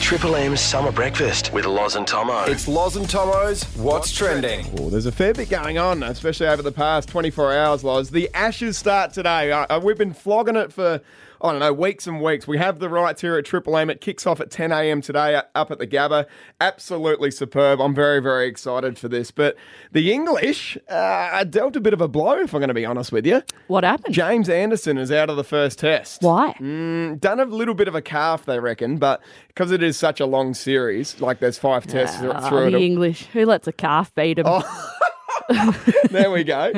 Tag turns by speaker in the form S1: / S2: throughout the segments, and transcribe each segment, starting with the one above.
S1: Triple M's Summer Breakfast with Loz and Tomo.
S2: It's Loz and Tomo's What's Trending.
S3: Well, Oh, there's a fair bit going on, especially over the past 24 hours, Loz. The Ashes start today. Uh, uh, we've been flogging it for, I don't know, weeks and weeks. We have the rights here at Triple Aim. It kicks off at 10 a.m. today uh, up at the Gabba. Absolutely superb. I'm very, very excited for this. But the English uh, dealt a bit of a blow, if I'm going to be honest with you.
S4: What happened?
S3: James Anderson is out of the first test. Mm,
S4: Why?
S3: Done a little bit of a calf, they reckon, but because it is such a long series, like there's five tests
S4: Ah,
S3: through
S4: the
S3: it. Oh.
S4: English. Who lets a calf beat him?
S3: There we go.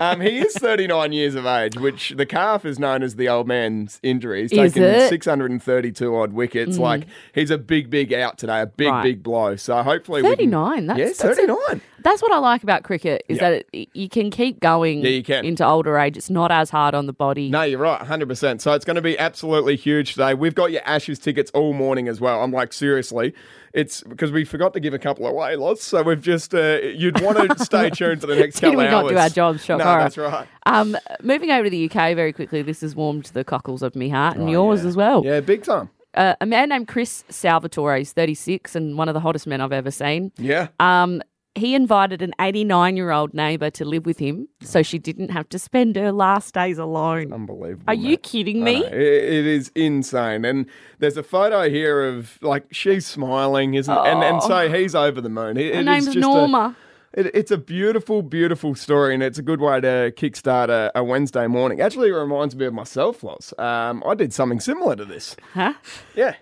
S3: Um, he is 39 years of age, which the calf is known as the old man's injury. He's
S4: Is
S3: taken
S4: it? Mm-hmm.
S3: 632 odd wickets. Like he's a big, big out today, a big,
S4: Right.
S3: big blow. So hopefully, we can-
S4: 39. That's,
S3: yeah,
S4: that's a-
S3: 39.
S4: that's what I like about cricket is
S3: Yeah.
S4: that it, you can keep going
S3: Yeah, you can.
S4: into older age. It's not as hard on the body.
S3: No, you're right, 100%. So it's going to be absolutely huge today. We've got your Ashes tickets all morning as well. I'm like, seriously, it's because we forgot to give a couple away, lots. So we've just, uh, you'd want to stay tuned for the next
S4: Did
S3: couple
S4: we
S3: of
S4: not
S3: hours.
S4: do our jobs, Shock?
S3: No,
S4: All right.
S3: that's right.
S4: Um, moving over to the UK very quickly, this has warmed the cockles of me heart and yours as well.
S3: Oh, Yeah, big time.
S4: Uh, a man named Chris Salvatore, he's 36 and one of the hottest men I've ever seen.
S3: Yeah.
S4: Um, he invited an 89 year old neighbour to live with him so she didn't have to spend her last days alone.
S3: Unbelievable.
S4: Are you
S3: mate.
S4: kidding
S3: I
S4: me?
S3: know. I- it is insane. And there's a photo here of like she's smiling, isn't? And and so he's over the moon. It, it
S4: Her
S3: is
S4: name's
S3: just a-
S4: Norma.
S3: it, it's a beautiful, beautiful story, and it's a good way to kickstart a, a Wednesday morning. Actually, it reminds me of myself, Loz. Um, I did something similar to this.
S4: Huh?
S3: Yeah,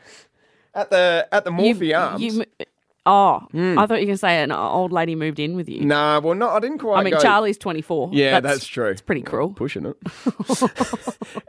S3: at the at the
S4: You-
S3: Morphe Arms. Hmm.
S4: you mo- oh, I thought you were going to say an old lady moved in with you.
S3: nah, well, not. I didn't quite.
S4: I mean,
S3: go-
S4: Charlie's 24.
S3: Yeah, that's true.
S4: It's pretty cruel.
S3: pushing it.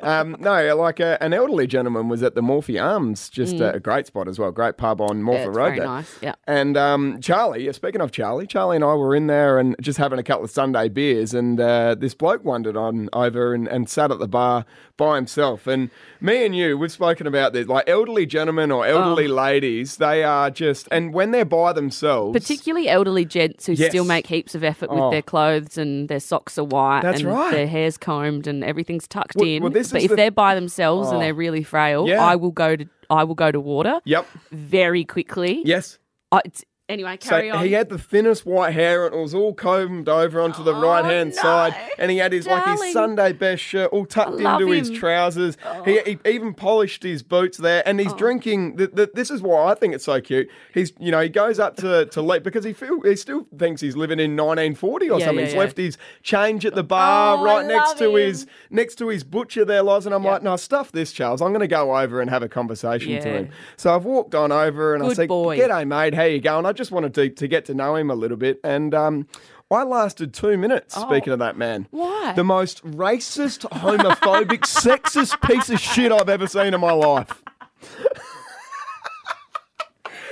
S3: um, no, like uh, an elderly gentleman was at the Morphe Arms, just uh, a great spot as well, great pub on Morphe
S4: Mm. Yeah, it's
S3: Road.
S4: very
S3: there.
S4: nice, yeah.
S3: And um, Charlie, yeah, speaking of Charlie, Charlie and I were in there and just having a couple of Sunday beers, and uh, this bloke wandered on over and, and sat at the bar by himself. And me and you, we've spoken about this, like elderly gentlemen or elderly
S4: Oh.
S3: ladies, they are just, and when they're by themselves,
S4: Particularly elderly gents who
S3: Yes.
S4: still make heaps of effort
S3: Oh.
S4: with their clothes and their socks are white
S3: That's
S4: and
S3: right.
S4: their hair's combed and everything's tucked
S3: Well-
S4: in.
S3: well, this
S4: but
S3: is
S4: if
S3: the-
S4: they're by themselves
S3: Oh.
S4: and they're really frail,
S3: Yeah.
S4: I will go to I will go to water
S3: Yep.
S4: very quickly.
S3: Yes.
S4: I, it's- anyway, carry
S3: so
S4: on.
S3: he had the thinnest white hair and it was all combed over onto the right hand
S4: Oh, no.
S3: side and he had his like his
S4: Darling.
S3: Sunday best shirt all tucked
S4: love
S3: into his
S4: him. Oh.
S3: trousers. He, he even polished his boots there and he's drinking th th this is why I think it's so cute. He's you know he goes up to to leave because he feel he still thinks he's living in 1940 or
S4: Yeah,
S3: something.
S4: yeah,
S3: he's
S4: yeah.
S3: left his change at the bar
S4: Oh, I
S3: right next
S4: love
S3: to
S4: him.
S3: his next to his butcher there Loz and I'm like no stuff this Charles. I'm going to go over and have a conversation to
S4: Yeah.
S3: him. So I've walked on over and I
S4: Good
S3: said
S4: boy.
S3: get G'day, mate. How you going? I just wanted to, to get to know him a little bit. And um, I lasted two minutes speaking of that man.
S4: Oh. Why?
S3: The most racist, homophobic, sexist piece of shit I've ever seen in my life.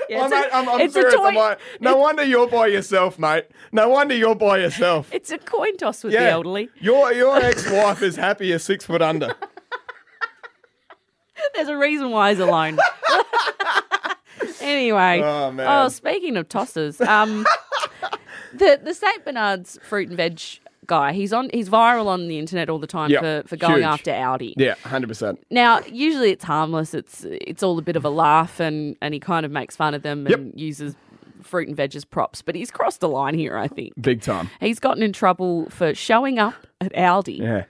S4: Yeah,
S3: Oh, mate, I'm, I'm
S4: it's
S3: serious.
S4: a toy-
S3: I'm like, no wonder you're by yourself, mate. No wonder you're by yourself.
S4: It's a coin toss with the
S3: Yeah.
S4: elderly.
S3: Your, your ex wife is happier six foot under.
S4: There's a reason why he's alone. anyway.
S3: Oh, man.
S4: Oh, speaking of tosses, um, the the St Bernard's fruit and veg guy, he's on he's viral on the internet all the time
S3: Yeah,
S4: for, for going
S3: huge.
S4: after Audi.
S3: Yeah, 100%.
S4: Now, usually it's harmless. It's it's all a bit of a laugh, and and he kind of makes fun of them and uses fruit and veg as props. But he's crossed the line here, I think.
S3: Big time.
S4: He's gotten in trouble for showing up at Aldi
S3: Yeah.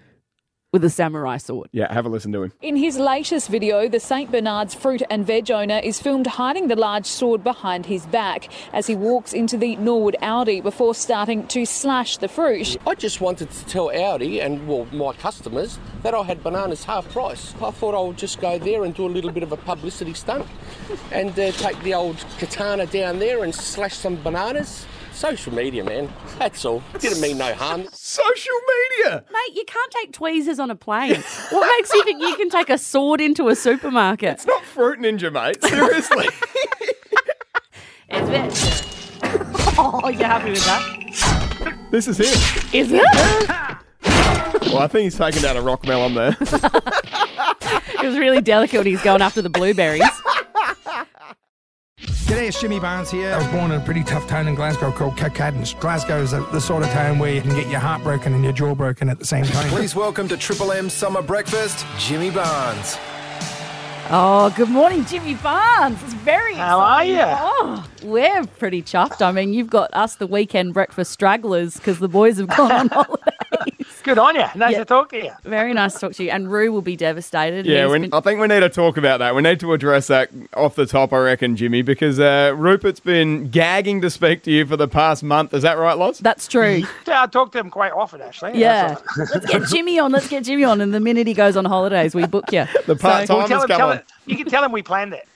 S4: with a samurai sword.
S3: Yeah, have a listen to him.
S5: In his latest video, the St Bernard's fruit and veg owner is filmed hiding the large sword behind his back as he walks into the Norwood Audi before starting to slash the fruit.
S6: I just wanted to tell Audi and well my customers that I had bananas half price. I thought I would just go there and do a little bit of a publicity stunt and uh, take the old katana down there and slash some bananas. Social media, man. That's all. Didn't mean no harm.
S3: Social media.
S4: Mate, you can't take tweezers on a plane. what makes you think you can take a sword into a supermarket? It's
S3: Not Fruit Ninja, mate. Seriously.
S4: oh, you're happy with that?
S3: this is him.
S4: Is it?
S3: Well, I think he's taking down a rock melon there.
S4: It was really delicate when he's going after the blueberries.
S7: G'day, it's Jimmy Barnes here. I was born in a pretty tough town in Glasgow called Kirkcadens. Glasgow is the the sort of town where you can get your heart broken and your jaw broken at the same time.
S2: Please welcome to Triple M's Summer Breakfast, Jimmy Barnes.
S4: Oh, good morning, Jimmy Barnes. It's very
S8: How are
S4: exciting.
S8: ya?
S4: Oh, we're pretty chuffed. I mean, you've got us the weekend breakfast stragglers because the boys have gone on holidays.
S8: Good on you. Nice
S4: Yeah.
S8: to talk to you.
S4: Very nice to talk to you. And Rue will be devastated.
S3: Yeah,
S4: He's
S3: we,
S4: been-
S3: I think we need to talk about that. We need to address that off the top, I reckon, Jimmy, because uh, Rupert's been gagging to speak to you for the past month. Is that right, Loz?
S4: that's true.
S8: Yeah, I talk to him quite often, actually.
S4: Yeah. let's get Jimmy on. Let's get Jimmy on. And the minute he goes on holidays, we book you.
S3: The part time
S8: Well, tell
S3: has
S8: him,
S3: come
S8: tell
S3: on.
S8: him, you can tell him we planned it.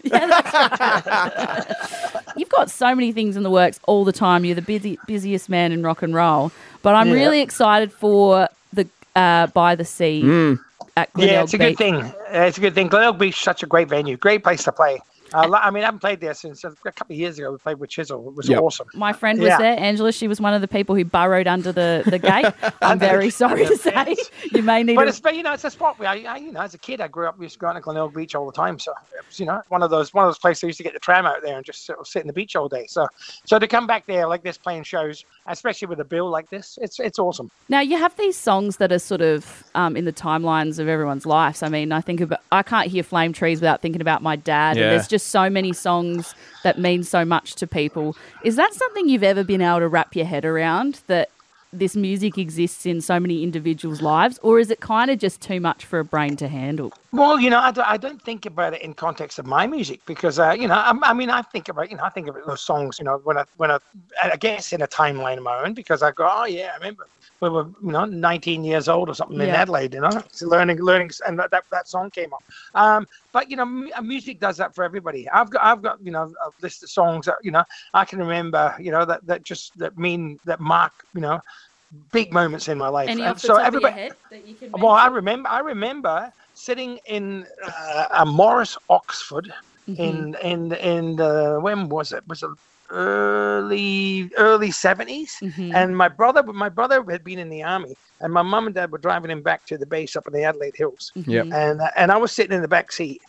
S4: You've got so many things in the works all the time. You're the busy, busiest man in rock and roll. But I'm really excited for the uh, By the Sea
S3: Mm.
S4: at Glenelg
S8: yeah, it's a
S4: Beach.
S8: good thing. Uh, It's a good thing. Glenelg Beach is such a great venue, great place to play. Uh, lo- I mean, I haven't played there since a couple of years ago. We played with Chisel. It was
S3: Yep.
S8: awesome.
S4: My friend was
S8: Yeah.
S4: there, Angela. She was one of the people who burrowed under the, the gate. I'm very sorry to say. You may need
S8: But
S4: a
S8: it's but you know it's a spot where I, I you know as a kid I grew up used to go out to Glenelg Beach all the time. So it was, you know one of those one of those places I used to get the tram out there and just sort of sit in the beach all day. So so to come back there like this playing shows, especially with a bill like this, it's it's awesome.
S4: Now you have these songs that are sort of um, in the timelines of everyone's lives. I mean, I think about I can't hear Flame Trees without thinking about my dad.
S3: Yeah.
S4: And there's just so many songs that mean so much to people. Is that something you've ever been able to wrap your head around that this music exists in so many individuals' lives, or is it kind of just too much for a brain to handle?
S8: Well, you know, I, do, I don't think about it in context of my music because, uh, you know, I, I mean, I think about, you know, I think about those songs, you know, when I, when I, I guess in a timeline of my own because I go, oh yeah, I remember we were, you know, 19 years old or something in
S4: Yeah.
S8: Adelaide, you know, it's learning, learning, and that, that, that song came up. Um, but you know, mu- music does that for everybody. I've got, I've got, you know, a list of songs that, you know, I can remember, you know, that, that just that mean that mark, you know, big moments in my life.
S4: Any
S8: And
S4: off the top of your head that you can?
S8: uh, well, I remember. I remember sitting in uh, uh, Morris, Oxford, in in in the when was it? Was it early early 70s And my brother, my brother had been in the army, and my mum and dad were driving him back to the base up in the Adelaide Hills.
S4: Mm-hmm.
S3: Yep.
S8: And uh, and I was sitting in the back seat,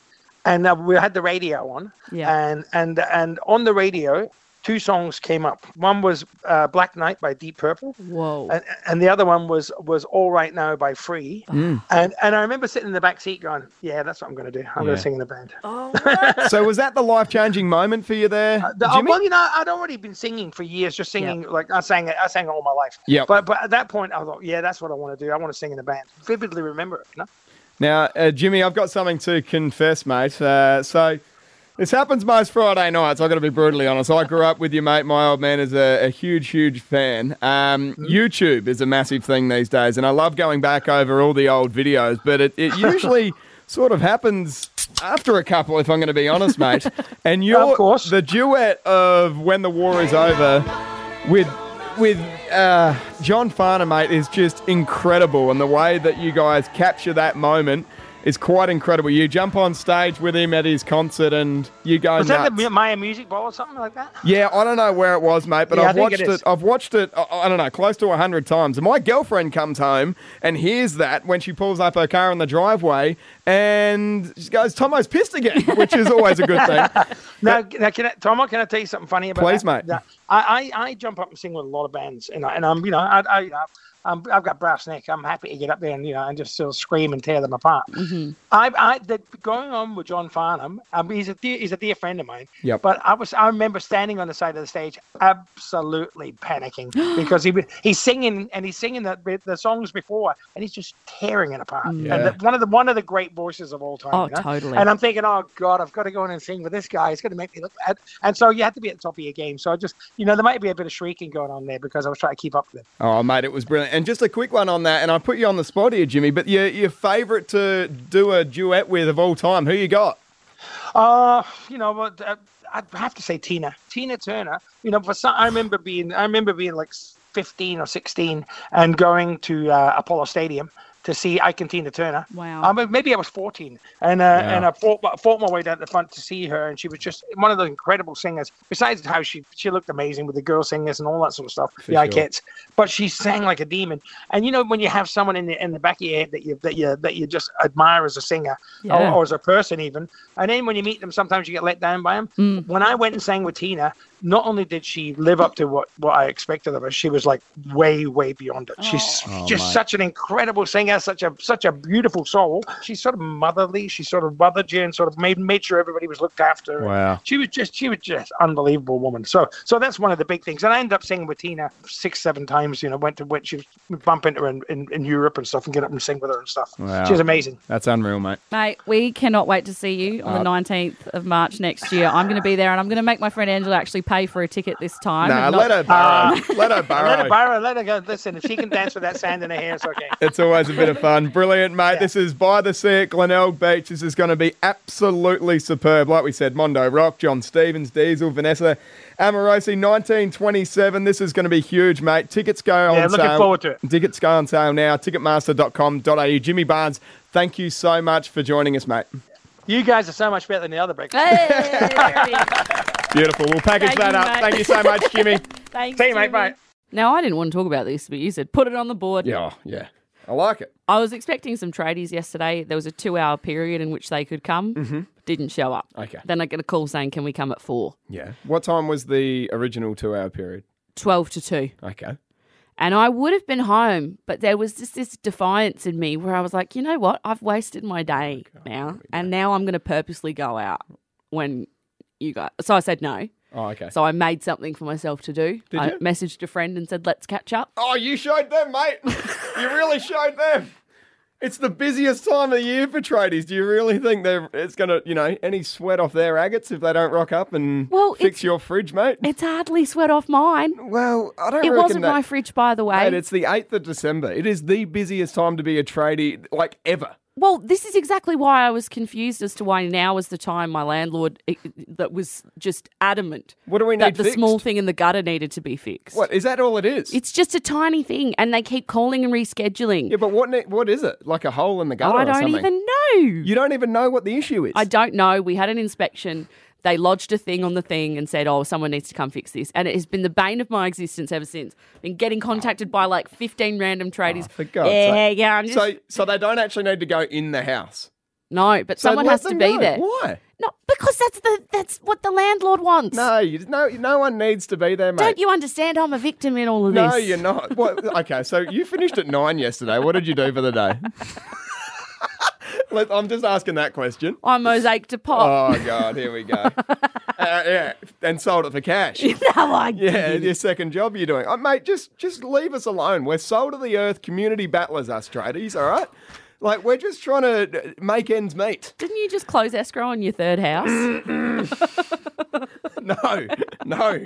S8: and uh, we had the radio on.
S4: Yeah.
S8: And and and on the radio, two songs came up. One was uh, Black Knight by Deep Purple
S4: Whoa.
S8: and, and the other one was was all right now by free and and i remember sitting in the back seat going yeah that's what i'm going to do i'm going
S3: Yeah.
S8: to sing in the band
S3: So was that the life changing moment for you there,
S8: Oh, The- oh,
S3: Jimmy?
S8: well you know i'd already been singing for years just singing like i sang it i sang it all my life
S3: Yep.
S8: but but at that point i thought yeah that's what i want to do i want to sing in a band vividly remember it you know
S3: Now, uh, Jimmy, I've got something to confess, mate. Uh, so this happens most Friday nights. I've got to be brutally honest. I grew up with you, mate. My old man is a, a huge, huge fan. Um,
S8: Mm-hmm.
S3: YouTube is a massive thing these days, and I love going back over all the old videos, but it, it usually sort of happens after a couple, if I'm going to be honest, mate. And you're
S8: course.
S3: the duet of When the War Is Over with with uh, John Farner, mate, is just incredible, and the way that you guys capture that moment is quite incredible. You jump on stage with him at his concert, and you go
S8: was
S3: nuts.
S8: that the maya music bowl or something like that
S3: yeah, I don't know where it was, mate, but
S8: Yeah, I
S3: I've
S8: think
S3: watched
S8: it
S3: it.
S8: is.
S3: I've watched it. I, I don't know, close to hundred times. And my girlfriend comes home and hears that when she pulls up her car in the driveway, and she goes, "Tomo's pissed again," which is always a good thing.
S8: Now, now can I, Tomo, can I tell you something funny about
S3: Please,
S8: that?
S3: mate.
S8: Now, I, I, I jump up and sing with a lot of bands, and, I, and I'm, you know, I, I, I'm, I've got brass neck. I'm happy to get up there and, you know, and just sort of scream and tear them apart. I, I, the, going on with John Farnham, um, he's a dear, he's a dear friend of mine.
S3: Yep.
S8: But I was, I remember standing on the side of the stage, absolutely panicking because he, was- he's singing and he's singing the, the songs before, and he's just tearing it apart. And
S3: Yeah.
S8: the, one of the one of the great voices of all time.
S4: Oh,
S8: you know?
S4: totally.
S8: And I'm thinking, oh God, I've got to go in and sing with this guy. It's going to make me look bad. And so you have to be at the top of your game. So I just, you know, there might be a bit of shrieking going on there because I was trying to keep up with him.
S3: Oh, mate, it was brilliant. And just a quick one on that, and I put you on the spot here, Jimmy. But your your favourite to do a duet with of all time, who you got?
S8: Uh, you know, what, uh, I'd have to say Tina, Tina Turner. You know, for some, I remember being, I remember being like 15 or 16 and going to uh, Apollo Stadium to see Ike and Tina Turner.
S4: Wow.
S8: Um, but maybe I was 14, and uh, and I fought, my- fought my way down the front to see her, and she was just one of the incredible singers. Besides how she she looked amazing with the girl singers and all that sort of stuff, the
S3: sure.
S8: I Cats, but she sang like a demon. And you know when you have someone in the in the back of your head that you that you that you just admire as a singer
S4: Yeah.
S8: or, or as a person even, and then when you meet them, sometimes you get let down by them. When I went and sang with Tina, not only did she live up to what, what I expected of her, she was like way, way beyond it.
S9: Oh.
S8: She's
S3: Oh
S8: just such an incredible singer, such a such a beautiful soul. She's sort of motherly. She sort of mothered you and sort of made made sure everybody was looked after.
S3: Wow.
S8: She was just she was just unbelievable woman. So so that's one of the big things. And I ended up singing with Tina six, seven times, you know, went to went she bump into her in, in, in Europe and stuff and get up and sing with her and stuff.
S3: Wow.
S8: She's amazing.
S3: That's unreal, mate.
S10: Mate, we cannot wait to see you
S3: Uh,
S10: on the 19th of March next year. I'm going to be there and I'm going to make my friend Angela actually pay for a ticket this time.
S3: Nah,
S10: and not-
S3: let her borrow. let her borrow.
S8: Let her borrow, let her go. Listen, if she can dance with that sand in her hair, it's okay.
S3: It's always a bit of fun. Brilliant, mate. This is by the sea at Glenelg Beach. This is going to be absolutely superb. Like we said, Mondo Rock, John Stevens, Diesel, Vanessa Amorosi, 1927. This is going to be huge, mate. Tickets go on
S8: Yeah,
S3: sale.
S8: looking forward to it.
S3: Tickets go on sale now. Ticketmaster.com.au. Jimmy Barnes, thank you so much for joining us, mate.
S8: You guys are so much better than the other breakfast.
S10: Hey, there it is.
S3: Beautiful. We'll package
S10: Thank
S3: that
S10: you,
S3: up.
S10: mate.
S3: Thank you so much, Jimmy.
S10: Thanks,
S8: See you, mate.
S10: Jimmy.
S8: Bye.
S4: Now, I didn't want to talk about this, but you said put it on the board.
S3: yeah, yeah. I like it.
S4: I was expecting some tradies yesterday. There was a two hour period in which they could come. Mm-hmm. Didn't show up.
S3: Okay.
S4: Then I get a call saying, can we come at four?
S3: Yeah. What time was the original two hour period?
S4: 12 to 2.
S3: Okay.
S4: And I would have been home, but there was just this defiance in me where I was like, you know what? I've wasted my day now. And now I'm going to purposely go out when you guys. So I said no.
S3: Oh, okay.
S4: So I made something for myself to do.
S3: Did
S4: I
S3: you?
S4: messaged a friend and said, let's catch up.
S3: Oh, you showed them, mate. you really showed them. It's the busiest time of the year for tradies. Do you really think they're it's gonna, you know, any sweat off their agates if they don't rock up and
S4: Well,
S3: fix
S4: it's-
S3: your fridge, mate?
S4: It's hardly sweat off mine.
S3: Well, I don't.
S4: It
S3: reckon
S4: wasn't
S3: that-
S4: my fridge, by the way.
S3: Mate, it's the eighth of December. It is the busiest time to be a tradie, like ever.
S4: Well, this is exactly why I was confused as to why now was the time my landlord eh, that was just adamant
S3: What do we
S4: that
S3: need
S4: the
S3: fixed?
S4: small thing in the gutter needed to be fixed.
S3: What is that? All it is.
S4: It's just a tiny thing, and they keep calling and rescheduling.
S3: yeah, but what? ne- What is it? Like a hole in the gutter
S4: I
S3: or
S4: don't
S3: something?
S4: even know.
S3: You don't even know what the issue is.
S4: I don't know. We had an inspection. They lodged a thing on the thing and said, "Oh, someone needs to come fix this," and it has been the bane of my existence ever since. Been getting contacted by like fifteen random tradies.
S3: Oh, For God's
S4: yeah,
S3: sake.
S4: yeah. I'm just,
S3: So, so they don't actually need to go in the house.
S4: no, but
S3: So
S4: someone
S3: let
S4: has to
S3: them
S4: be
S3: know.
S4: there.
S3: Why?
S4: No, because that's the that's what the landlord wants.
S3: No, you, no, no one needs to be there, mate.
S4: Don't you understand? I'm a victim in all of
S3: no,
S4: this.
S3: you're not. What, okay, so you finished at nine yesterday. What did you do for the day? Let, I'm just asking that question.
S4: I mosaic to pop.
S3: Oh God, here we go. Uh, yeah, and sold it for cash.
S4: no, I
S3: Yeah,
S4: didn't.
S3: your second job you're doing. Oh, mate, just just leave us alone. We're soul to the earth community battlers, us tradies. All right, like we're just trying to uh, make ends meet.
S4: Didn't you just close escrow on your third house?
S3: No, no,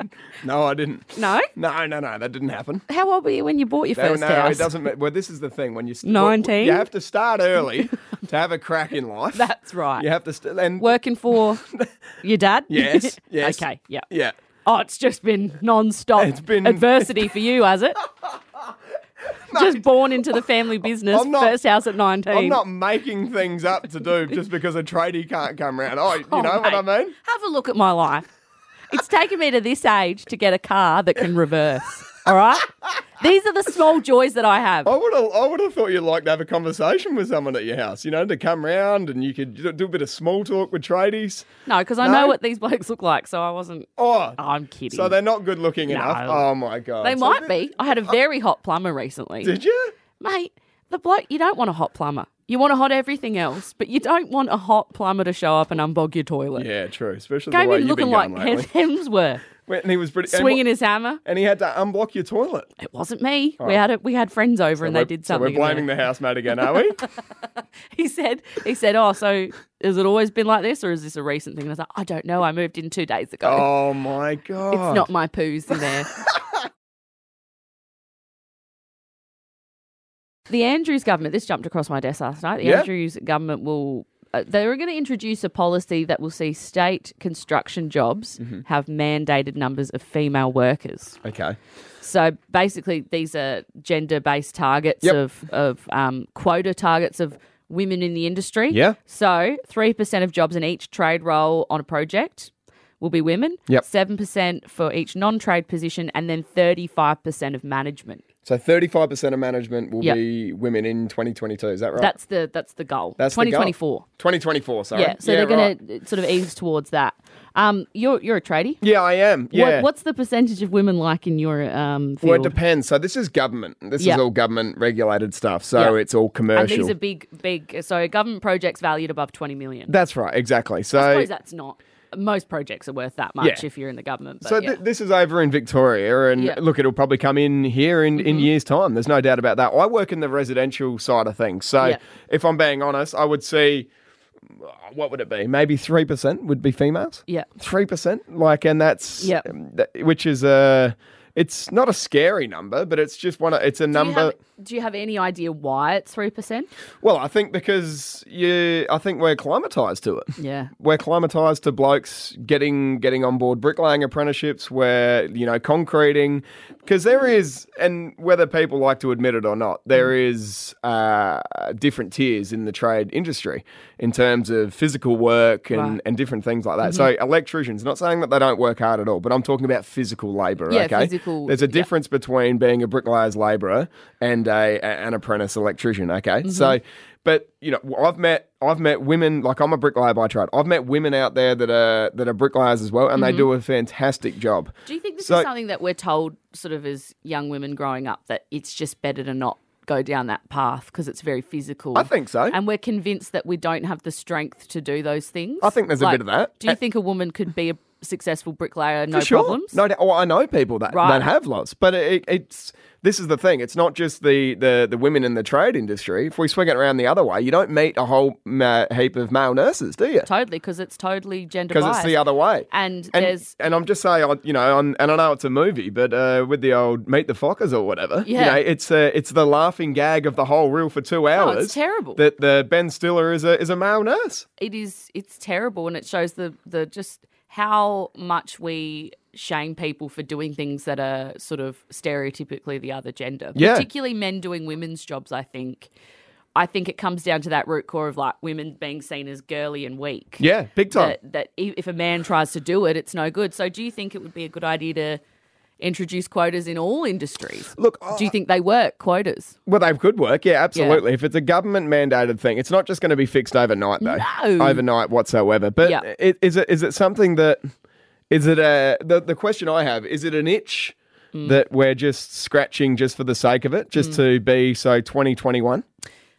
S3: no, I didn't.
S4: no.
S3: No, no, no, that didn't happen.
S4: How old were you when you bought your
S3: No,
S4: first
S3: no,
S4: house?
S3: it doesn't. ma- Well, this is the thing when you st-
S4: 19?
S3: You have to start early to have a crack in life.
S4: That's right.
S3: You have to st- and
S4: Working for your dad?
S3: Yes, yes.
S4: okay. Yeah.
S3: Yeah,
S4: Oh, it's just been non-stop
S3: It's been-
S4: adversity for you, has it? just born into the family business.
S3: I'm not-
S4: first house at 19.
S3: I'm not making things up to do just because a tradie can't come round. Oh, you
S4: Oh,
S3: know what I
S4: mate,
S3: mean?
S4: Have a look at my life. It's taken me to this age to get a car that can reverse. All right? These are the small joys that I have.
S3: I would have, I would have thought you'd like to have a conversation with someone at your house. You know, to come round and you could do- do a bit of small talk with tradies.
S4: No, because I
S3: No?
S4: know what these blokes look like, so I wasn't.
S3: Oh,
S4: I'm kidding.
S3: so they're not good looking enough.
S4: No.
S3: Oh my god,
S4: They
S3: So
S4: might
S3: thi-
S4: be. I had a very hot plumber recently.
S3: Did you?
S4: Mate, the bloke, you don't want a hot plumber. You want a hot everything else, but you don't want a hot plumber to show up and unbog your toilet.
S3: Yeah, true. Especially the
S4: Came
S3: way
S4: in
S3: you've
S4: looking
S3: been
S4: like
S3: going
S4: Hem-
S3: lately.
S4: Hemsworth,
S3: And he was pretty and
S4: swinging
S3: wha-
S4: his hammer.
S3: and he had to unblock your toilet.
S4: It wasn't me.
S3: Oh.
S4: We had a, we had friends over and they
S3: We're-
S4: did
S3: so
S4: something. in
S3: we're
S4: there.
S3: blaming the housemate again, are we?
S4: he said, he said, oh, so has it always been like this, or is this a recent thing? And I was like, I don't know. I moved in two days ago.
S3: oh my god!
S4: It's not my poos in there. the Andrews government. This jumped across my desk last night. The
S3: Yeah.
S4: Andrews government will. Uh, they were going to introduce a policy that will see state construction jobs have mandated numbers of female workers.
S3: okay.
S4: So basically, these are gender based targets
S3: Yep.
S4: of, of um, quota targets of women in the industry.
S3: Yeah.
S4: So 3% of jobs in each trade role on a project will be women.
S3: Yep.
S4: 7% for each non trade position, and then 35% of management.
S3: So 35% of management will
S4: Yep.
S3: be women in 2022. Is that right?
S4: That's the that's the goal.
S3: That's the goal.
S4: 2024.
S3: 2024, sorry.
S4: Yeah, so they're going
S3: right.
S4: to sort of ease towards that. Um, you're you're a tradie.
S3: Yeah, I am. Yeah.
S4: What, what's the percentage of women like in your um
S3: well, it
S4: field?
S3: depends. So this is government. This
S4: Yeah.
S3: is all government regulated stuff. So
S4: Yeah.
S3: it's all commercial.
S4: and these are big, big. So government projects valued above twenty million.
S3: That's right, exactly. So
S4: I suppose that's not. Most projects are worth that much
S3: Yeah.
S4: if you're in the government. But
S3: So
S4: yeah.
S3: th- this is over in Victoria, and
S4: Yeah. Mm-hmm.
S3: look, it'll probably come in here in, in years' time. There's no doubt about that. I work in the residential side of things, so
S4: Yeah.
S3: if I'm being honest, I would see uh, what would it be? Maybe three percent would be females.
S4: Yeah.
S3: three percent, like, and that's
S4: Yeah.
S3: um, th- which is a. It's not a scary number, but it's just one. Of, it's a
S4: do, you
S3: number.
S4: have, do you have any idea why it's three percent?
S3: Well, I think because you, I think we're climatized to it.
S4: Yeah.
S3: we're climatized to blokes getting getting on board bricklaying apprenticeships where you know concreting because there is and whether people like to admit it or not there
S4: Mm.
S3: is uh, different tiers in the trade industry in terms of physical work and,
S4: Right. Mm-hmm.
S3: and different things like that so electricians not saying that they don't work hard at all but i'm talking about physical labor
S4: Yeah,
S3: okay
S4: physical-
S3: there's a
S4: yeah.
S3: difference between being a bricklayer's labourer and a, a- an apprentice electrician. Okay,
S4: Mm-hmm.
S3: so but you know I've met I've met women like I'm a bricklayer by trade. I've met women out there that are that are bricklayers as well, and they do a fantastic job.
S4: Mm-hmm. Do you think this
S3: So-
S4: is something that we're told, sort of as young women growing up, that it's just better to not go down that path because it's very physical?
S3: I think so.
S4: And we're convinced that we don't have the strength to do those things.
S3: I think there's a bit of that.
S4: Do you
S3: A-
S4: think a woman could be a successful bricklayer, no
S3: For sure.
S4: problems?
S3: No, doubt. oh, I know people that,
S4: Right.
S3: that have lots, but it, it's this is the thing. It's not just the, the the women in the trade industry. If we swing it around the other way, you don't meet a whole ma- heap of male nurses, do you?
S4: Totally, because it's totally gender
S3: because it's the
S4: biased.
S3: other way.
S4: And
S3: and,
S4: there's-
S3: and I'm just saying, I- you know, i and I know it's a movie, but uh, with the old Meet the Fockers or whatever, you
S4: Yeah. Oh,
S3: know, it's uh, it's the laughing gag of the whole reel for two hours.
S4: terrible.
S3: That the Ben Stiller is a is a male nurse.
S4: it is it's terrible and it shows the the just how much we shame people for doing things that are sort of stereotypically the other gender
S3: Yeah.
S4: particularly men doing women's jobs i think i think it comes down to that root core of like women being seen as girly and weak
S3: Yeah, big time.
S4: that, that i- if a man tries to do it it's no good so do you think it would be a good idea to introduce quotas in all industries
S3: Look,
S4: do you think they work quotas
S3: Well, they could work. Yeah, absolutely. If it's a government mandated thing, it's not just going to be fixed overnight, though.
S4: No.
S3: Overnight whatsoever. But
S4: Yeah.
S3: i- is it is it something that is it a the the question I have is it an itch
S4: Mm.
S3: that we're just scratching just for the sake of it, just to be so twenty twenty one?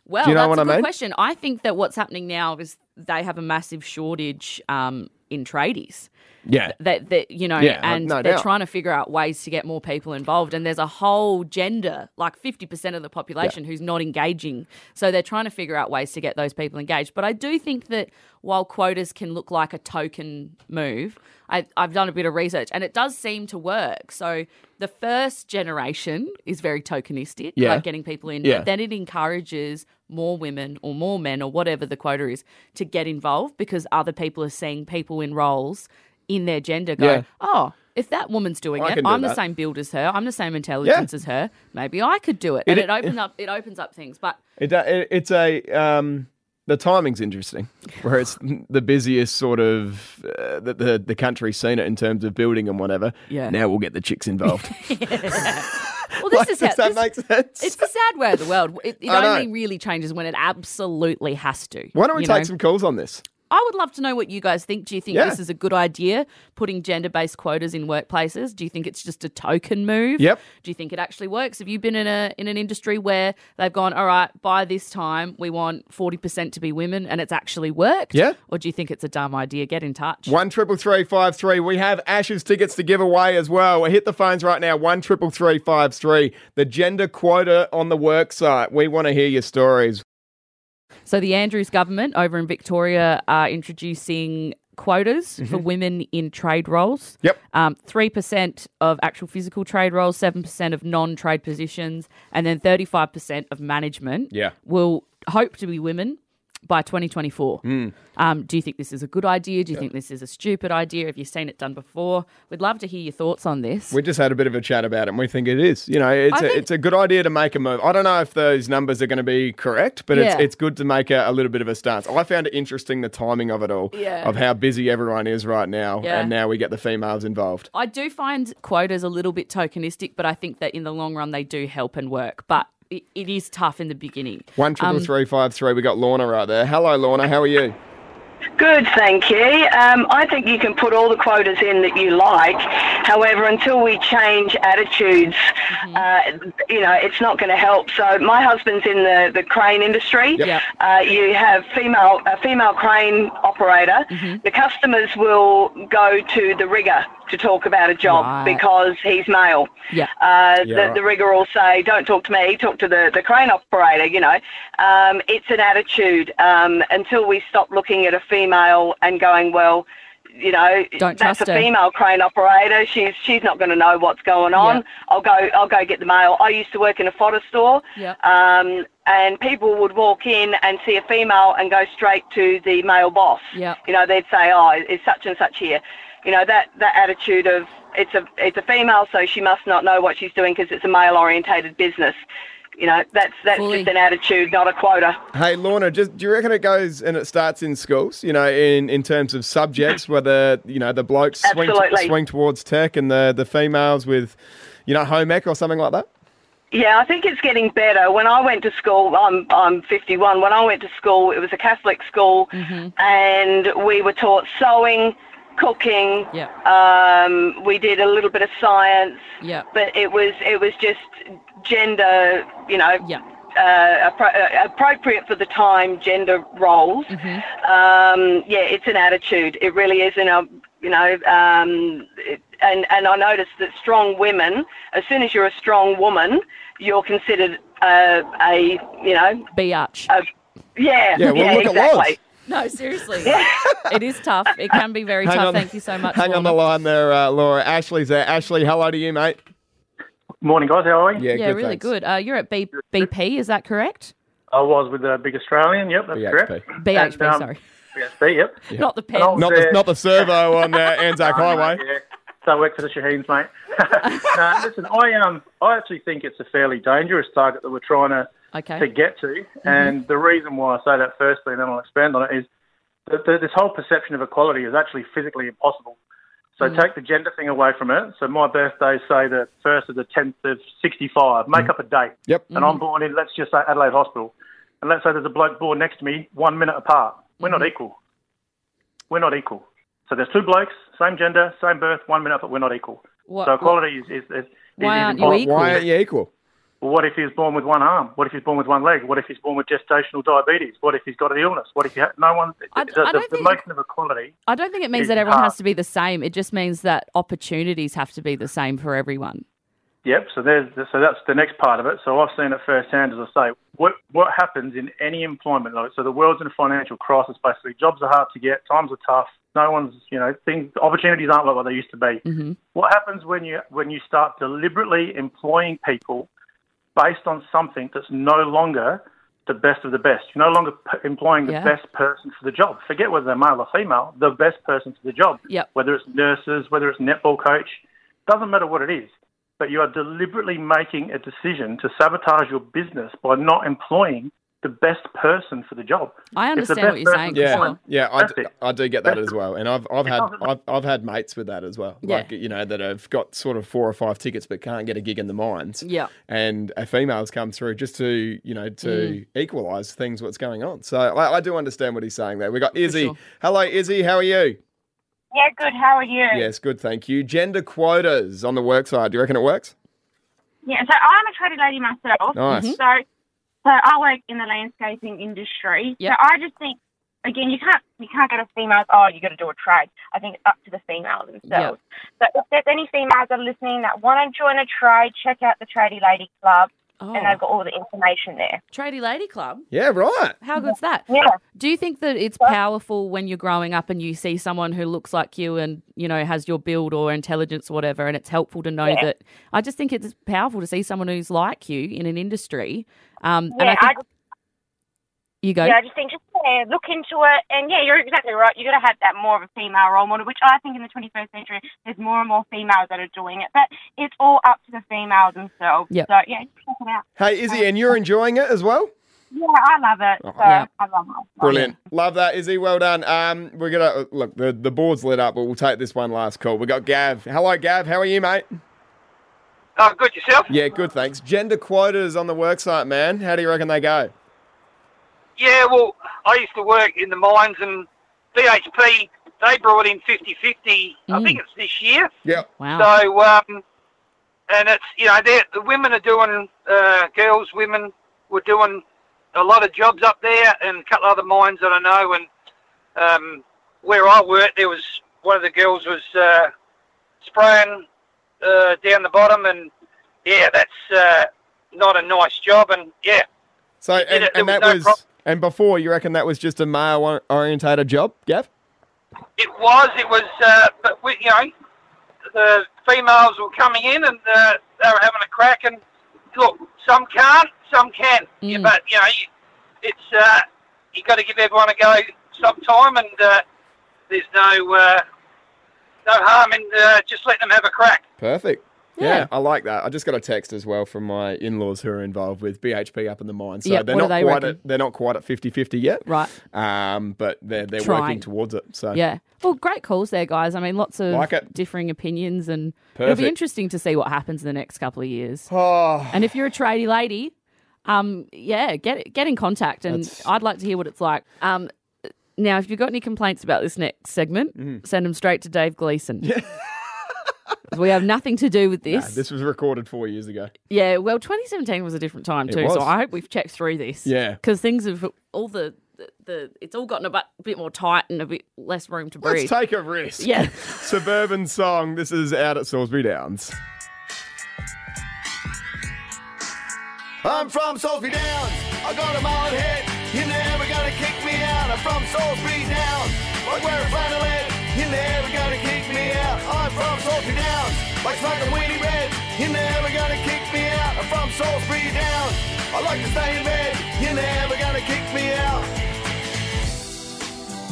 S4: Well,
S3: you know
S4: that's
S3: what
S4: a
S3: I
S4: good
S3: mean?
S4: question. I think that what's happening now is they have a massive shortage um, in tradies.
S3: Yeah.
S4: That, that you know,
S3: Yeah, uh,
S4: and
S3: no
S4: they're
S3: doubt.
S4: trying to figure out ways to get more people involved. And there's a whole gender, like fifty percent of the population, who's not engaging. So they're trying to figure out ways to get those people engaged. But I do think that while quotas can look like a token move, I, I've done a bit of research and it does seem to work. So the first generation is very tokenistic,
S3: Yeah.
S4: like getting people in.
S3: Yeah.
S4: But then it encourages more women or more men or whatever the quota is to get involved because other people are seeing people in roles in their gender go,
S3: Yeah.
S4: oh, if that woman's doing
S3: I
S4: it,
S3: can do
S4: I'm the
S3: that."
S4: same build as her, I'm the same intelligence as her, maybe I could do it. And
S3: It-
S4: it, opens up it opens up things. But
S3: It, do- it it's a um, the timing's interesting, where it's the busiest sort of uh, that the the country's seen it in terms of building and whatever.
S4: Yeah.
S3: Now we'll get the chicks involved.
S4: well this
S3: Like,
S4: is how
S3: does that
S4: this-
S3: make sense?
S4: It's the sad way of the world. It, it
S3: I know.
S4: only really changes when it absolutely has to.
S3: Why don't we
S4: you
S3: take
S4: know?
S3: some calls on this?
S4: I would love to know what you guys think. Do you think
S3: Yeah.
S4: this is a good idea, putting gender based quotas in workplaces? Do you think it's just a token move?
S3: Yep.
S4: Do you think it actually works? Have you been in a in an industry where they've gone, all right, by this time we want forty percent to be women and it's actually worked?
S3: Yeah.
S4: Or do you think it's a dumb idea? Get in touch.
S3: One triple three five three. We have Ashes tickets to give away as well. Hit the phones right now. One triple three five three. The gender quota on the work site. We want to hear your stories.
S4: So the Andrews government over in Victoria are introducing quotas for women in trade roles.
S3: Mm-hmm. Yep.
S4: Um, 3% of actual physical trade roles, 7% of non trade positions, and then 35% of management
S3: Yeah.
S4: will hope to be women. by 2024.
S3: Mm. Hmm.
S4: Um, do you think this is a good idea? Do you think this is a stupid idea? Have you seen it done before? We'd love to hear your thoughts on this.
S3: We just had a bit of a chat about it, and we think it is. You know, it's
S4: I
S3: a,
S4: think-
S3: it's a good idea to make a move. I don't know if those numbers are going to be correct, but it's
S4: Yeah.
S3: it's good to make a, a little bit of a stance. I found it interesting the timing of it all,
S4: Yeah.
S3: of how busy everyone is right now,
S4: Yeah.
S3: and now we get the females involved.
S4: I do find quotas a little bit tokenistic, but I think that in the long run they do help and work. But it, it is tough in the beginning.
S3: One triple
S4: Um,
S3: three five three. We got Lorna right there. Hello, Lorna. How are you?
S11: Good, thank you. Um, I think you can put all the quotas in that you like. However, until we change attitudes,
S4: Mm-hmm.
S11: uh, you know, it's not going to help. So my husband's in the, the crane industry.
S4: Yep.
S11: Uh, you have female a female crane operator.
S4: Mm-hmm.
S11: The customers will go to the rigger to talk about a job
S4: Right.
S11: because he's male.
S4: Yeah.
S3: Yeah,
S11: Uh, the,
S3: right.
S11: the rigger will say, "Don't talk to me. Talk to the, the crane operator." You know, um, it's an attitude. Um, until we stop looking at a female and going, "Well, you know,
S4: Don't
S11: that's
S4: trust
S11: a
S4: her."
S11: female crane operator. She's she's not going to know what's going on.
S4: Yeah.
S11: I'll go I'll go get the mail." I used to work in a fodder store.
S4: Yeah.
S11: Um, and people would walk in and see a female and go straight to the male boss.
S4: Yeah.
S11: You know, they'd say, "Oh, it's such and such here." You know that that attitude of it's a it's a female, so she must not know what she's doing because it's a male orientated business. You know, that's that's
S4: Fully.
S11: just an attitude, not a quota.
S3: Hey, Lorna. Just do you reckon it goes and it starts in schools? You know, in, in terms of subjects, whether you know the blokes swing,
S11: Absolutely.
S3: swing towards tech and the the females with, you know, home ec or something like that.
S11: Yeah, I think it's getting better. When I went to school, I'm I'm 51. When I went to school, it was a Catholic school, and we were taught sewing, cooking.
S4: Yeah.
S11: Um, we did a little bit of science.
S4: Yeah.
S11: But it was it was just gender, you know.
S4: Yeah.
S11: Uh, appro- uh, appropriate for the time, gender roles.
S4: Mm-hmm.
S11: Um, yeah, it's an attitude. It really is, and um, you know, um, it, and and I noticed that strong women, as soon as you're a strong woman, you're considered uh, a you know,
S4: Biatch.
S11: a, yeah,
S3: Yeah, well, look at
S11: exactly.
S3: Loz.
S4: No, seriously. it is tough. It can be very
S3: Hang
S4: tough.
S3: on.
S4: Thank you so much.
S3: Hang on
S4: Lorna.
S3: the line there, uh, Laura. Ashley's there. Ashley, hello to you, mate.
S12: Morning, guys. How are you?
S4: Yeah, really
S3: thanks.
S4: good. Uh, you're at B- BP, is that correct?
S12: I was with the big Australian. Yep, that's
S3: BHP.
S12: correct.
S4: BHP,
S12: um,
S4: sorry.
S12: BHP, yep.
S4: Not the pen.
S12: Oh,
S3: Not the,
S12: Yeah.
S3: not the servo on uh, Anzac Highway.
S12: Yeah. So I work for the Shaheens, mate. no, listen, I um, I actually think it's a fairly dangerous target that we're trying to
S4: Okay. Mm-hmm.
S12: to get to, and the reason why I say that firstly, and then I'll expand on it, is that the, this whole perception of equality is actually physically impossible. So
S4: Mm-hmm.
S12: take the gender thing away from it. So my birthdays say the first of the tenth of sixty-five. Make
S3: Mm-hmm.
S12: up a date.
S3: Yep.
S12: And
S4: Mm.
S12: I'm born in, let's just say, Adelaide Hospital. And let's say there's a bloke born next to me, one minute apart. We're
S4: Mm-hmm.
S12: not equal. We're not equal. So there's two blokes, same gender, same birth, one minute, but we're not equal.
S4: What-
S12: so equality is, is, is,
S4: Why
S12: is
S4: aren't you
S12: impossible.
S4: equal?
S3: Why aren't you equal?
S12: Well, what if he was born with one arm? What if he's born with one leg? What if he's born with gestational diabetes? What if he's got an illness? What if you ha- no one?
S4: I-
S12: the,
S4: I don't
S12: the,
S4: think-
S12: the notion of equality.
S4: I don't think it means
S12: It's
S4: that everyone
S12: hard.
S4: has to be the same. It just means that opportunities have to be the same for everyone.
S12: Yep. So there's so that's the next part of it. So I've seen it firsthand, as I say. What what happens in any employment? Like, so the world's in a financial crisis. Basically, jobs are hard to get. Times are tough. No one's you know things opportunities aren't like what they used to be.
S4: mm-hmm.
S12: What happens when you when you start deliberately employing people based on something that's no longer the best of the best. You're no longer p- employing the
S4: Yeah.
S12: best person for the job. Forget whether they're male or female, the best person for the job.
S4: Yep.
S12: Whether it's nurses, whether it's netball coach, doesn't matter what it is. But you are deliberately making a decision to sabotage your business by not employing the best person for the job.
S4: I
S12: It's the
S4: understand what
S12: best
S4: you're saying,
S12: person for
S4: for
S3: Yeah,
S12: the job.
S3: yeah, I
S12: That's
S3: do,
S12: it.
S3: I do get that as well, and I've I've had I've, I've had mates with that as well.
S4: Yeah.
S3: Like you know that have got sort of four or five tickets but can't get a gig in the mines.
S4: Yeah.
S3: and a females come through just to you know
S4: Mm.
S3: to equalise things what's going on. So I, I do understand what he's saying there. We got Izzy.
S4: sure.
S3: Hello, Izzy. How are you?
S11: Yeah, good. How are you?
S3: Yes, good, thank you. Gender quotas on the work side. Do you reckon it works?
S11: Yeah, so I'm a traded lady myself.
S3: Nice.
S11: So, so I work in the landscaping industry.
S4: Yep.
S11: So I just think, again, you can't you can't go to females. Oh, you got to do a trade. I think it's up to the females themselves. So if there's any females that are listening that want to join a trade, check out the Tradie Lady Club,
S4: Oh,
S11: and they've got all the information there.
S4: Tradie Lady Club.
S3: Yeah, right.
S4: How good's that?
S11: Yeah.
S4: Do you think that it's powerful when you're growing up and you see someone who looks like you and, you know, has your build or intelligence or whatever and it's helpful to know that I just think it's powerful to see someone who's like you in an industry. Um and
S11: Yeah,
S4: I think
S11: I just,
S10: You go.
S13: Yeah, I just think just yeah, look into it, and yeah, you're exactly right. You got to have that more of a female role model, which I think in the 21st century there's more and more females that are doing it, but it's all up to the females themselves.
S3: Yep.
S13: So yeah, just check it out.
S3: Hey, Izzy, and you're enjoying it as well?
S13: Yeah, I love it. So
S3: yeah.
S13: I love it.
S3: Brilliant. Love that, Izzy. Well done. Um, we're going to look, the, the board's lit up, but we'll take this one last call. we got Gav. Hello, Gav. How are you, mate?
S9: Oh, good yourself?
S3: Yeah, good, thanks. Gender quotas on the worksite, man. How do you reckon they go?
S9: Yeah, well, I used to work in the mines, and BHP they brought in 50-50. I
S3: Mm.
S9: think it's this year.
S3: Yeah.
S9: So, um, and it's you know they're- the women are doing uh, girls, women were doing a lot of jobs up there, and a couple other mines that I know. And um, where I worked, there was one of the girls was uh, spraying uh, down the bottom, and yeah, that's uh, not a nice job. And yeah,
S3: So,
S9: It did
S3: and,
S9: it.
S3: and
S9: There
S3: that
S9: was no
S3: was,
S9: problem.
S3: and before, you reckon that was just a male orientated job, Gav?
S9: It was. It was. Uh, but we, you know, the females were coming in and uh, they were having a crack. And look, some can't, some can. Yeah,
S14: Mm.
S9: but you know, you, it's uh, you got to give everyone a go sometime, and uh, there's no uh, no harm in uh, just letting them have a crack.
S3: Perfect. Yeah.
S9: Yeah.
S3: I like that. I just got a text as well from my in-laws who are involved with BHP up in the mine. So
S10: Yeah,
S3: they're
S10: what do
S3: not
S10: they
S3: quite
S10: reckon?
S3: at, they're not quite at 50-50 yet.
S10: Right.
S3: Um, but they're they're working
S10: Trying.
S3: towards it. So
S10: Yeah. Well, great calls there, guys. I mean, lots of
S3: Like it.
S10: differing opinions, and it'll
S3: Perfect.
S10: be interesting to see what happens in the next couple of years.
S3: Oh.
S10: And if you're a tradie lady, um, yeah, get get in contact, and
S4: That's-
S10: I'd like to hear what it's like. Um, now, if you've got any complaints about this next segment,
S3: Mhm.
S10: send them straight to Dave Gleason. we have nothing to do with
S3: No,
S10: this.
S3: this was recorded four years ago.
S10: Yeah, well, 2017 was a different time
S3: It
S10: too, so
S3: was.
S10: I hope we've checked through this.
S3: Yeah.
S10: because things have all the, the the it's all gotten a bit, bit more tight and a bit less room to breathe.
S3: Let's take a risk.
S10: Yeah.
S3: Suburban song. This is out at Salisbury Downs.
S14: I'm from Salisbury Downs. I go to Mullen Head. You're never gonna kick me out. I'm from Salisbury Downs. I wear a flannel head. You're never gonna kick me out. I'm from Salisbury Downs. Like smoking weenie red. You're never gonna kick me out. I'm from Salisbury Downs. I like to stay in bed. You're never gonna kick me out.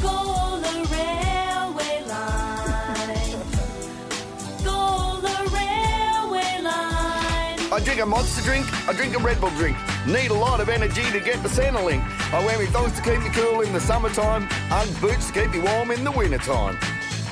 S15: Go on the railway line. Go on the railway line.
S14: I drink a monster drink, I drink a Red Bull drink. Need a lot of energy to get the Santa link. I wear me thongs to keep me cool in the summertime, and boots to keep me warm in the wintertime.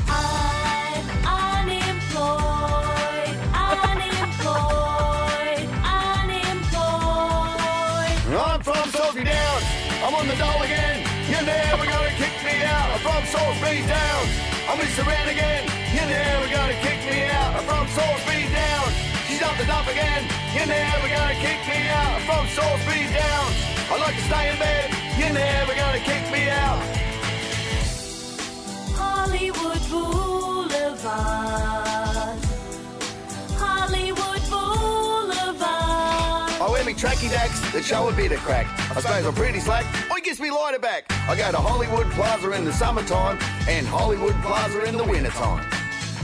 S15: I'm unemployed. Unemployed. Unemployed.
S14: I'm from Salisbury Downs, I'm on the dole again. You're never gonna kick me out. I'm from Salisbury Downs, I'm in Saran again. You're never gonna kick me out. I'm from Salisbury Downs, she's up the dump again. You're never gonna kick me out. I'm from Salisbury Downs, I like to stay in bed. You're never gonna kick me out.
S15: Hollywood Boulevard. Hollywood Boulevard.
S14: I wear me tracky dacks that show a bit of crack. I suppose I'm pretty slack, or it gets me lighter back. I go to Hollywood Plaza in the summertime and Hollywood Plaza in the wintertime.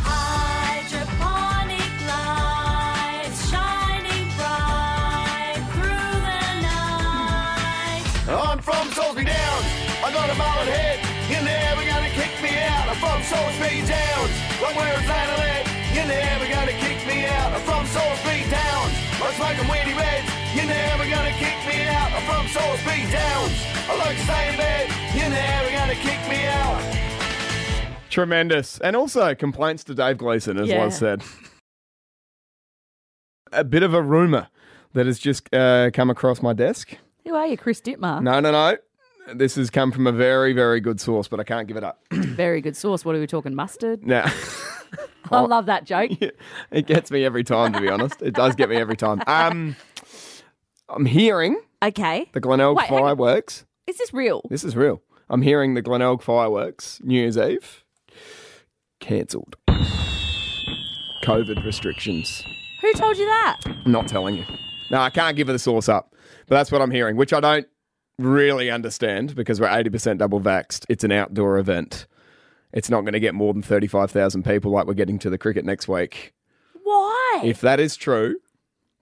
S15: Hydroponic lights shining bright through the night.
S14: I'm from Salisbury Downs. I got a mullet head. You're never gonna kick me out. I'm from Salisbury Downs. I'm wearing flannel head. You're never gonna kick me out. I'm from Salisbury Downs. I'm smoking weedy reds. You're never gonna kick me out. I'm from Salisbury Downs. I like to stay in bed. You're never gonna kick me out.
S3: Tremendous. And also complaints to Dave Gleason, as
S14: Yeah.
S3: was said. a bit of a rumour that has just uh, come across my desk.
S10: Who are you, Chris Ditmar?
S3: No, no, no. This has come from a very, very good source, but I can't give it up.
S10: Very good source. What are we talking? Mustard.
S3: Now, Oh.
S10: I love that joke.
S3: it gets me every time, to be honest. It does get me every time. Um, I'm hearing
S10: Okay.
S3: the Glenelg
S10: Wait, hang on.
S3: fireworks.
S10: Is this real?
S3: This is real. I'm hearing the Glenelg fireworks New Year's Eve cancelled. COVID restrictions.
S10: Who told you that?
S3: I'm not telling you. No, I can't give her the source up, but that's what I'm hearing, which I don't really understand because we're 80% double vaxxed. It's an outdoor event. It's not going to get more than 35,000 people like we're getting to the cricket next week.
S10: Why?
S3: If that is true,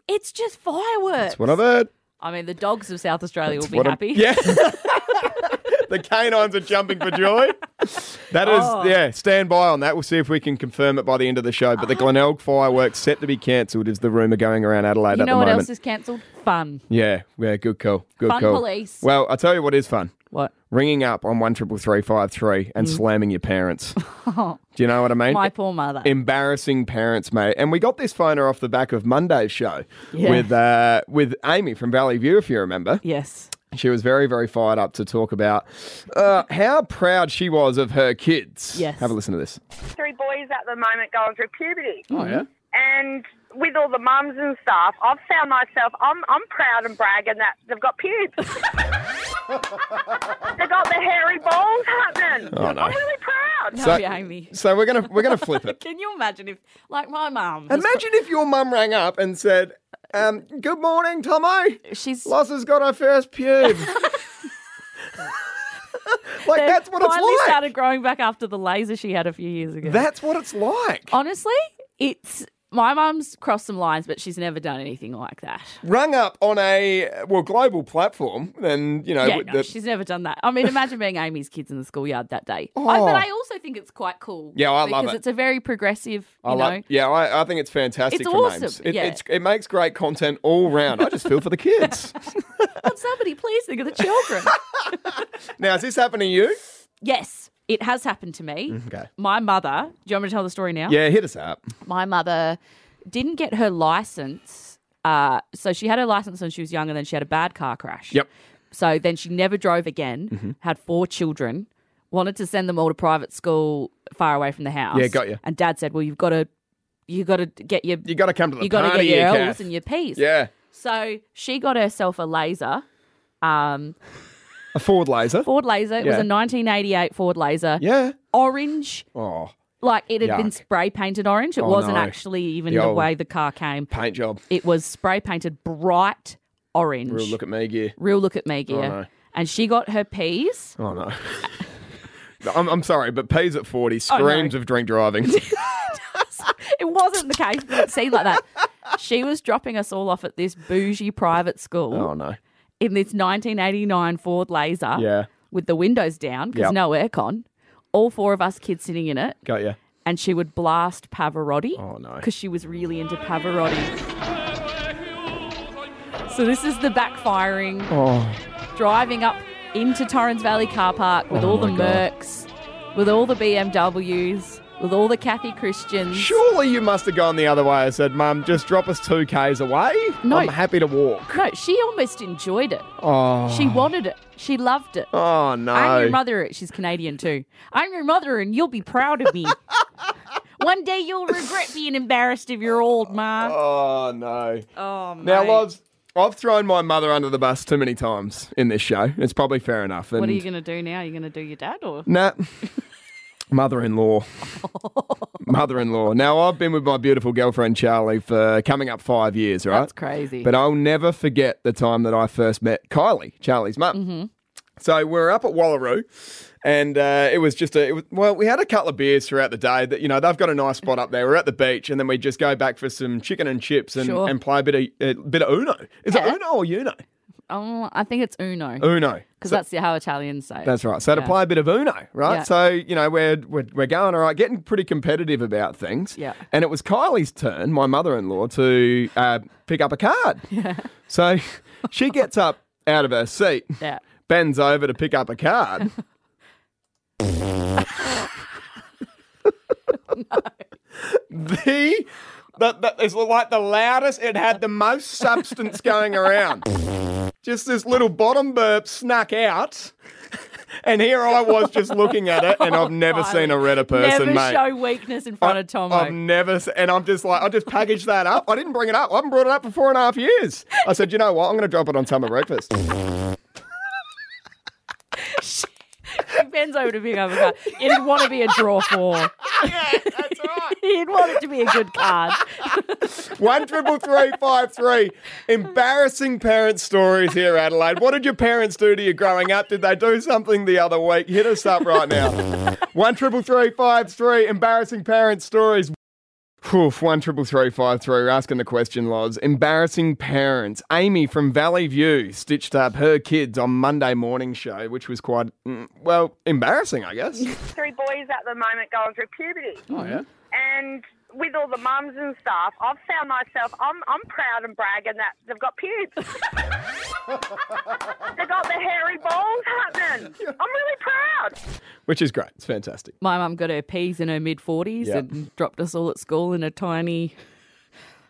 S10: it's just fireworks.
S3: that's what I've heard.
S10: I mean, the dogs of South Australia
S3: That's
S10: will be
S3: what I'm-
S10: happy.
S3: Yeah. the canines are jumping for joy. That is,
S16: Oh.
S3: yeah, stand by on that. We'll see if we can confirm it by the end of the show.
S4: Ah.
S3: But the Glenelg fireworks set to be cancelled is the rumour going around Adelaide
S4: you
S3: at
S4: know
S3: the
S4: what
S3: moment.
S4: else is cancelled? Fun.
S3: yeah, yeah, good call. Good
S4: Fun
S3: call.
S4: police.
S3: Well, I'll tell you what is fun.
S4: What?
S3: Ringing up on 133353 and
S4: Mm.
S3: slamming your parents. Do you know what I mean?
S4: My poor mother.
S3: Embarrassing parents, mate. And we got this phoner off the back of Monday's show
S4: Yeah.
S3: with uh, with Amy from Valley View, if you remember.
S17: Yes.
S3: She was very, very fired up to talk about uh, how proud she was of her kids.
S18: Yes.
S3: Have a listen to this.
S18: three boys at the moment going through puberty.
S3: Oh, yeah?
S18: And with all the mums and stuff, I've found myself I'm I'm proud and bragging that they've got pubes. they've got the hairy balls happening.
S3: Oh, no.
S18: I'm really proud.
S3: So- So we're gonna we're gonna flip it.
S4: Can you imagine if, like my mum? was-
S3: Imagine if your mum rang up and said, um, "Good morning, Tomo. She's Lossa's got her first pub." like
S4: They've
S3: that's what it's
S4: finally
S3: like.
S4: started growing back after the laser she had a few years ago.
S3: That's what it's like.
S4: Honestly, it's my mum's crossed some lines, but she's never done anything like that.
S3: Rung up on a well global platform, and you know
S4: yeah,
S3: with
S4: no,
S3: the-
S4: she's never done that. I mean, imagine being Amy's kids in the schoolyard that day. I, but
S3: Oh.
S4: I also think it's quite cool.
S3: Yeah, I love
S4: because
S3: it.
S4: it's a very progressive, you
S3: I
S4: know.
S3: like, yeah, I, I think it's fantastic
S4: It's
S3: for
S4: awesome,
S3: names. It,
S4: yeah.
S3: it's, it makes great content all round. I just feel for the kids.
S4: Can somebody please think of the children?
S3: now, has this happened to you?
S4: yes, it has happened to me.
S3: Mm, Okay.
S4: My mother. Do you want me to tell the story now?
S3: Yeah, hit us up.
S4: my mother didn't get her license. Uh, so she had her license when she was younger, then she had a bad car crash.
S3: Yep.
S4: So then she never drove again,
S3: Mhm.
S4: had four children, wanted to send them all to private school far away from the house.
S3: Yeah, got ya.
S4: And dad said, Well, you've got to you got to get your
S3: You got to come to the
S4: you got to
S3: party,
S4: get your
S3: you
S4: L's
S3: calf.
S4: and your P's.
S3: Yeah,
S4: So she got herself a laser. Um,
S3: a Ford laser.
S4: Ford laser. It was
S3: Yeah.
S4: a 1988 Ford laser.
S3: Yeah.
S4: Orange.
S3: Oh,
S4: Like it had been
S3: Yuck.
S4: spray painted orange. It
S3: Oh,
S4: wasn't
S3: no.
S4: actually even
S3: The
S4: the
S3: old
S4: way the car came.
S3: paint job.
S4: It was spray painted bright orange.
S3: Real look at me gear.
S4: Real look at me
S3: Oh,
S4: gear.
S3: no.
S4: And she got her peas.
S3: Oh no. I'm, I'm sorry, but P's at 40
S4: Oh, no.
S3: screams of drink driving.
S4: it wasn't the case, but it seemed like that. She was dropping us all off at this bougie private school.
S3: Oh, no.
S4: In this 1989 Ford Laser.
S3: Yeah.
S4: With the windows down because
S3: Yep.
S4: no aircon. All four of us kids sitting in it.
S3: got you.
S4: and she would blast Pavarotti.
S3: Oh, no.
S4: Because she was really into Pavarotti. So this is the backfiring,
S3: Oh,
S4: driving up into Torrens Valley car park with
S19: Oh,
S4: all the
S19: my God.
S4: Mercs, with all the BMWs, with all the Kathy Christians.
S3: surely you must have gone the other way. I said, Mum, just drop us two Ks away.
S4: No.
S3: I'm happy to walk.
S4: No, she almost enjoyed it.
S3: Oh.
S4: She wanted it. She loved it.
S3: Oh, no.
S4: I'm your mother. She's Canadian too. I'm your mother, and you'll be proud of me. One day you'll regret being embarrassed if you're old, ma.
S3: Oh, no.
S4: Oh, mate.
S3: Now, Lobs, I've thrown my mother under the bus too many times in this show. It's probably fair enough.
S4: What are you
S3: and-
S4: going to do now? You're going to do your dad or?
S3: Nah. Mother-in-law. Mother-in-law. Now, I've been with my beautiful girlfriend, Charlie, for coming up five years, right?
S4: That's crazy.
S3: But I'll never forget the time that I first met Kylie, Charlie's mum.
S4: Mm-hmm.
S3: So we're up at Wallaroo, and uh, it was just a it was, well. We had a couple of beers throughout the day. That you know they've got a nice spot up there. We're at the beach, and then we just go back for some chicken and chips and,
S4: Sure.
S3: and play a bit of a bit of Uno. Is it Uno or Uno?
S4: Um, I think it's Uno.
S3: Uno.
S4: Because
S3: So-
S4: that's how Italians say it.
S3: That's right. So to
S4: Yeah.
S3: play a bit of Uno, right?
S4: Yeah.
S3: So you know we're, we're we're going all right, getting pretty competitive about things.
S4: Yeah.
S3: And it was Kylie's turn, my mother-in-law, to uh, pick up a card. Yeah. So she gets up out of her seat,
S4: Yeah.
S3: bends over to pick up a card.
S4: Oh,
S3: The that, that is like the loudest. It had the most substance going around. Just this little bottom burp snuck out, and here I was just looking at it, and I've never seen a redder
S4: Never
S3: person, mate.
S4: show weakness in front of Tomo.
S3: I've never, s- and I'm just like, I just packaged that up. I didn't bring it up. I haven't brought it up for four and a half years. I said, you know what? I'm going to drop it on summer breakfast.
S4: He bends over to pick up a card. It'd want to be a draw four. yeah, that's
S3: right.
S4: He'd want it to be a good card.
S3: One triple three five three. Embarrassing parent stories here, Adelaide. What did your parents do to you growing up? Did they do something the other week? Hit us up right now. One triple three five three. Embarrassing parent stories. Poof, one triple three five three. Asking the question, Loz. Embarrassing parents. Amy from Valley View stitched up her kids on Monday morning show, which was quite mm, well embarrassing, I guess.
S20: Three boys at the moment going through puberty.
S3: Oh, yeah.
S20: And with all the mums and stuff, I've found myself I'm I'm proud and bragging that they've got pubes. they got the hairy balls happening. I'm really proud.
S3: Which is great. It's fantastic.
S4: My mum got her P's in her mid 40s
S3: Yep.
S4: and dropped us all at school in a tiny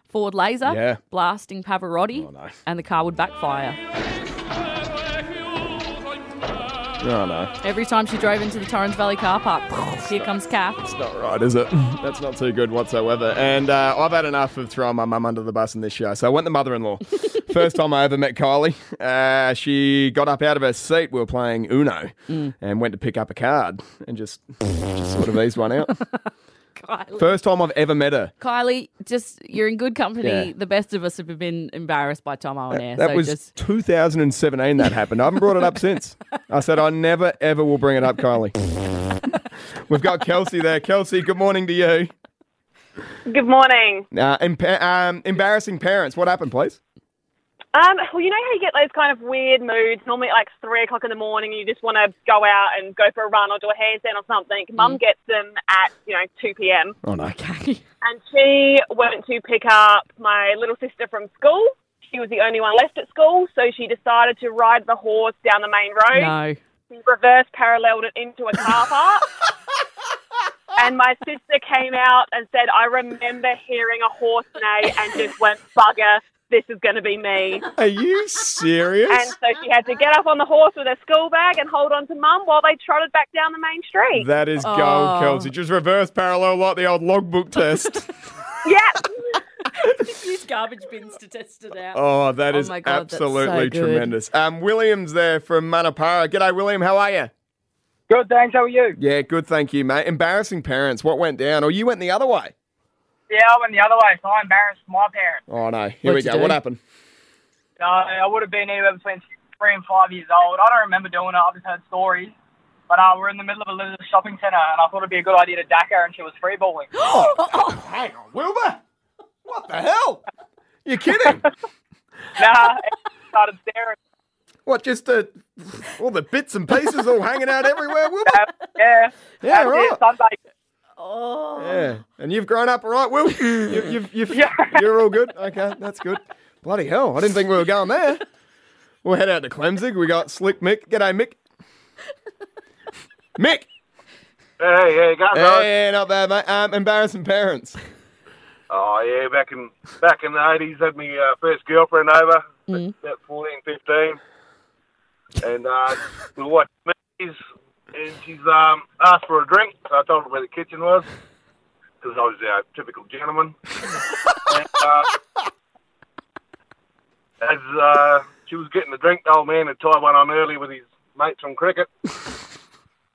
S4: Ford Laser,
S3: Yeah.
S4: blasting Pavarotti, and the car would backfire.
S3: Oh no,
S4: Every time she drove into the Torrens Valley car park, here comes Kath.
S3: not right, is it? That's not too good whatsoever. And uh, I've had enough of throwing my mum under the bus in this show, so I went the mother-in-law. First time I ever met Kylie, uh, she got up out of her seat. We were playing Uno,
S4: Mm.
S3: and went to pick up a card and just sort of eased one out.
S4: Kylie.
S3: First time I've ever met her.
S4: Kylie, just you're in good company.
S3: Yeah.
S4: The best of us have been embarrassed by Tom on air.
S3: That
S4: Oh, so
S3: was
S4: just
S3: 2017 that happened. I haven't brought it up since. I said I never ever will bring it up, Kylie. We've got Kelsey there. Kelsey, good morning to you.
S21: Good morning.
S3: Uh, empa- um, embarrassing parents. What happened, please?
S21: Um, well, you know how you get those kind of weird moods normally at like three o'clock in the morning, and you just want to go out and go for a run or do a handstand or something. Mum
S5: Mm.
S21: gets them at you know two p.m.
S3: Oh no. Okay.
S21: and she went to pick up my little sister from school. She was the only one left at school, so she decided to ride the horse down the main road.
S4: no.
S21: She reverse paralleled it into a car park. and my sister came out and said, I remember hearing a horse neigh and just went, bugger, this is going to be me.
S3: Are you serious?
S21: And so she had to get up on the horse with her school bag and hold on to mum while they trotted back down the main street.
S3: that is gold,
S4: Oh.
S3: Kelsey. Just reverse parallel like the old logbook test.
S4: Use garbage bins to test it out.
S3: oh, that is
S4: my God, that's so
S3: absolutely
S4: good.
S3: tremendous. Um, William's there from Manapara. G'day, William. How are you?
S22: Good, thanks. How are you?
S3: Yeah, good. Thank you, mate. Embarrassing parents. What went down? Or you went the other way?
S22: Yeah, I went the other way, so I embarrassed my parents.
S3: Oh no. Here
S22: What'd
S3: we
S22: you
S3: go.
S22: do?
S3: What happened?
S22: So I would have been anywhere between three and five years old. I don't remember doing it. I've just heard stories. But uh, we're in the middle of a little shopping centre, and I thought it'd be a good idea to dack her, and she was free balling.
S3: hang on, Wilbur. What the hell? You're kidding?
S22: nah, started staring.
S3: What? Just uh, all the bits and pieces all hanging out everywhere, Wilbur?
S22: Yeah.
S3: Yeah.
S22: That's
S3: Right.
S22: it, Sunday.
S4: Oh.
S3: Yeah, and you've grown up all right, Will. You, you've, you've, You're all good. Okay, that's good. Bloody hell, I didn't think we were going there. We'll head out to Clemsig. We got Slick Mick. G'day, Mick. Mick.
S23: Hey, hey, guys.
S3: Hey, not bad, mate. Um, embarrassing parents.
S23: Oh yeah, back in back in the eighties, had my uh, first girlfriend over,
S3: Mm.
S23: about 14, 15. and uh, we watched movies, and she's um, asked for a drink. So I told her where the kitchen was, because I was a typical gentleman. and, uh, as uh, she was getting the drink, the old man had tied one on early with his mates from cricket.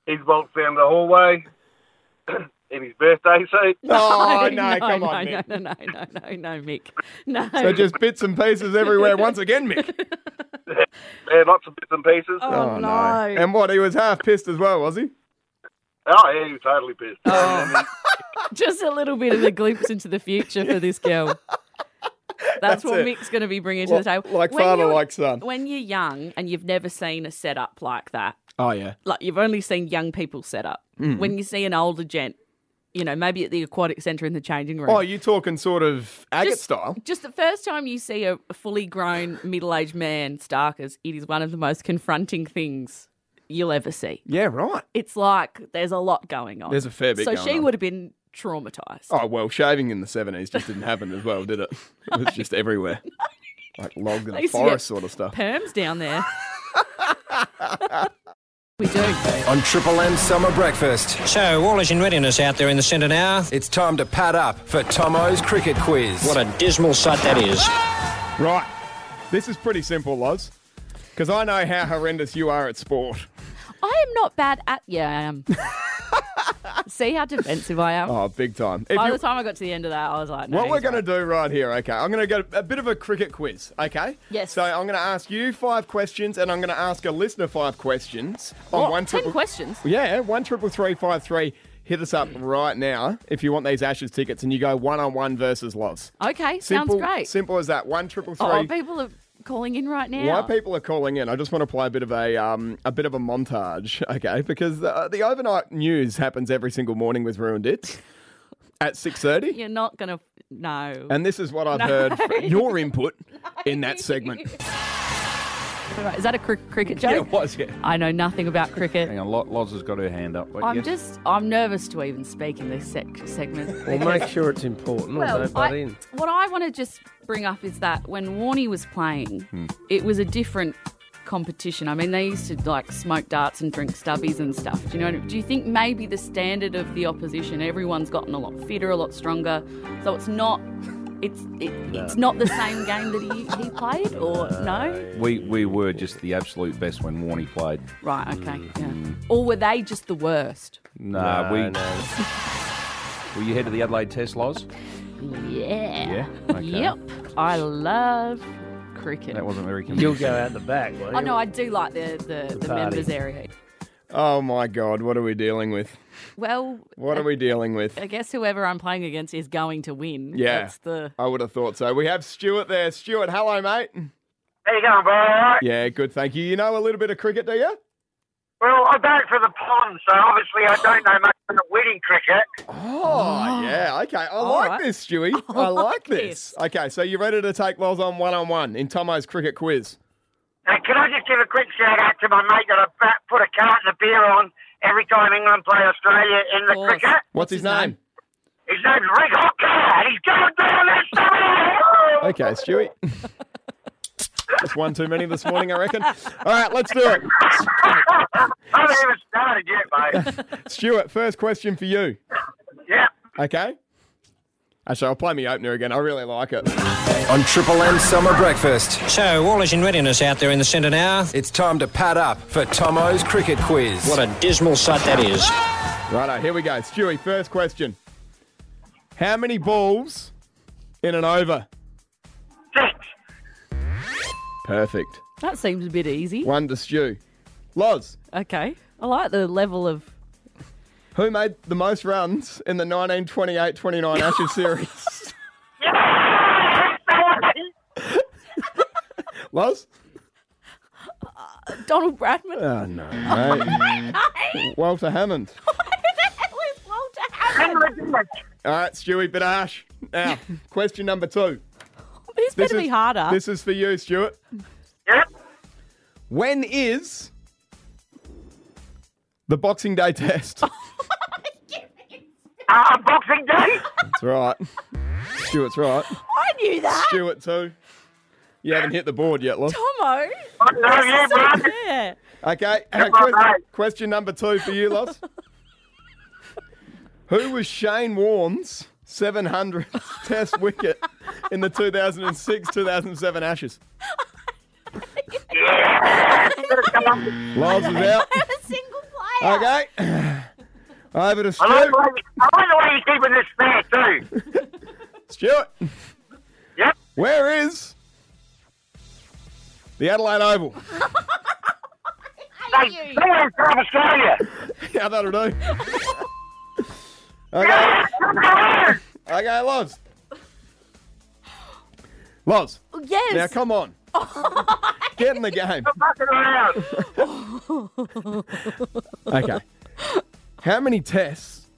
S23: He's bolted down the hallway in his birthday suit.
S4: Oh, no, No, no, no, no, no, no, Mick. No.
S3: So just bits and pieces everywhere once again, Mick.
S23: Yeah, lots of bits and pieces.
S4: Oh,
S3: Oh, And what? He was half pissed as well, was he?
S23: Oh, yeah, he was totally pissed.
S3: Oh,
S4: Oh. just a little bit of a glimpse into the future for this girl. That's,
S3: That's
S4: what
S3: it.
S4: Mick's going to be bringing to
S3: Like-
S4: the table.
S3: like
S4: When
S3: father,
S4: you're-
S3: like son.
S4: When you're young and you've never seen a setup like that,
S3: Oh yeah.
S4: like you've only seen young people set up.
S3: Mm.
S4: When you see an older gent, you know, maybe at the aquatic centre in the changing room.
S3: Oh, you talking sort of agate
S4: Just-
S3: style?
S4: Just the first time you see a a fully grown middle aged man starkers, it is one of the most confronting things you'll ever see.
S3: Yeah, right.
S4: It's like there's a lot going on.
S3: There's a fair bit
S4: So
S3: going
S4: she
S3: on.
S4: would have been traumatized.
S3: Oh well, shaving in the seventies just didn't happen as well, did it? It was just everywhere, like logs in
S4: They
S3: the
S4: used to
S3: forest
S4: get
S3: sort of stuff.
S4: Perms down there.
S2: On Triple M Summer Breakfast.
S24: So, all is in readiness out there in the centre now.
S2: It's time to pad up for Tomo's Cricket Quiz.
S24: What a dismal sight that is.
S3: Right, this is pretty simple, Loz, because I know how horrendous you are at sport.
S4: I am not bad at. Yeah, I am. See how defensive I am.
S3: Oh, big time! If
S4: By
S3: you-
S4: the time I got to the end of that, I was like, no,
S3: what we're
S4: he's
S3: going to do right here, okay? I'm going to go a bit of a cricket quiz, okay? Yes. So I'm going to ask you five questions, and I'm going to ask a listener five questions on
S4: What?
S3: one
S4: Ten
S3: triple-
S4: questions?
S3: Yeah, one triple three five three. hit us up right now if you want these Ashes tickets and you go one on one versus Loz.
S4: Okay,
S3: Simple,
S4: sounds great.
S3: Simple as that. One triple three.
S4: Oh, people are calling in right now.
S3: Why people are calling in? I just want to play a bit of a um, a bit of a montage, okay? Because uh, the overnight news happens every single morning with ruined it at six thirty,
S4: You're not gonna no.
S3: and this is what I've
S4: No.
S3: heard from your input in that segment.
S4: Right, is that a cr- cricket joke?
S25: Yeah, it was, yeah.
S4: I know nothing about cricket.
S25: Hang on, Lo- Loz has got her hand up. Wait,
S4: I'm
S25: yes?
S4: just I'm nervous to even speak in this sec- segment.
S25: Well,
S4: because-
S25: make sure it's important.
S4: Well,
S25: don't butt
S4: I-
S25: in.
S4: What I want to just bring up is that when Warney was playing,
S2: Hmm.
S4: it was a different competition. I mean, they used to like smoke darts and drink stubbies and stuff. Do you know? Do you think maybe the standard of the opposition, everyone's gotten a lot fitter, a lot stronger, so it's not. It's it,
S25: No.
S4: it's not the same game that he, he played, or no?
S25: Uh, We we were just the absolute best when Warney played. Mm.
S4: Right, okay, yeah. Or were they just the worst?
S25: Nah,
S4: No,
S25: we. Were you head of the Adelaide Test, Loz?
S4: Yeah.
S25: Yeah. Okay.
S4: Yep. I love cricket.
S25: That wasn't very.
S3: You'll
S25: Convincing.
S3: go out
S25: the back.
S4: Oh no, I do like the the, the,
S3: party.
S4: members area.
S3: Oh my God, what are we dealing with?
S4: Well,
S3: What are we dealing with?
S4: I guess whoever I'm playing against is going to win.
S3: Yeah,
S4: That's the
S3: I would have thought so. We have Stuart there. Stuart, hello, mate.
S18: How you going, bro? All right?
S3: Yeah, good. Thank you. You know a little bit of cricket, do you?
S18: Well, I don't for the pond, so obviously I don't know much about wedding cricket.
S3: Oh, yeah. Okay. I like this, Stewie. I like this. Okay, so you're ready to take Loz on one on one in Tomo's cricket quiz.
S18: Now, can I just give a quick shout out to my mate that I ba- put a carton of beer on every time England play Australia in
S3: Oh,
S18: the cricket?
S3: What's his name?
S18: His name's Rick Hopker, and Oh, he's going down that summer.
S3: Okay, Stewie. That's one too many this morning, I reckon. All right, let's do it.
S18: I haven't even started yet, mate.
S3: Stuart, first question for you.
S18: yeah.
S3: Okay? Actually, I'll play my opener again. I really like it.
S2: On Triple M Summer Breakfast.
S24: So, all is in readiness out there in the centre now.
S2: It's time to pad up for Tomo's cricket quiz.
S24: What a dismal sight that is.
S3: Righto, here we go. Stewie, first question. How many balls in an over?
S18: Six.
S3: Perfect.
S4: that seems a bit easy.
S3: One to Stew. Loz,
S4: Okay, I like the level of
S3: who made the most runs in the 1928-29 Ashes series? Loz?
S4: Uh, Donald Bradman.
S3: Oh, no, mate. Walter Hammond. All right, Stewie, bit harsh. Now, question number two.
S4: This, better
S3: is,
S4: be harder.
S3: This is for you, Stuart.
S18: Yep.
S3: When is the Boxing Day test?
S18: Uh, Boxing Day?
S3: That's right. Stuart's right.
S4: I knew that.
S3: Stuart too. You haven't hit the board yet, Loz.
S4: Tomo.
S18: love you,
S4: That's so
S18: bro.
S4: fair.
S3: Okay.
S18: Come
S3: que-
S18: on, mate.
S3: question number two for you, Loz. Who was Shane Warne's 700th test wicket in the 2006-2007 Ashes? Loz is out. Okay. Over to
S18: I like
S3: Stuart.
S18: the way, I like the way you're keeping this fair, too.
S3: Stuart.
S18: Yep.
S3: Where is the Adelaide Oval?
S18: They, they went from Australia.
S3: yeah, that'll do. okay. okay, Loz. Loz.
S4: Yes.
S3: Now, come on. Get in the game. Okay. How many tests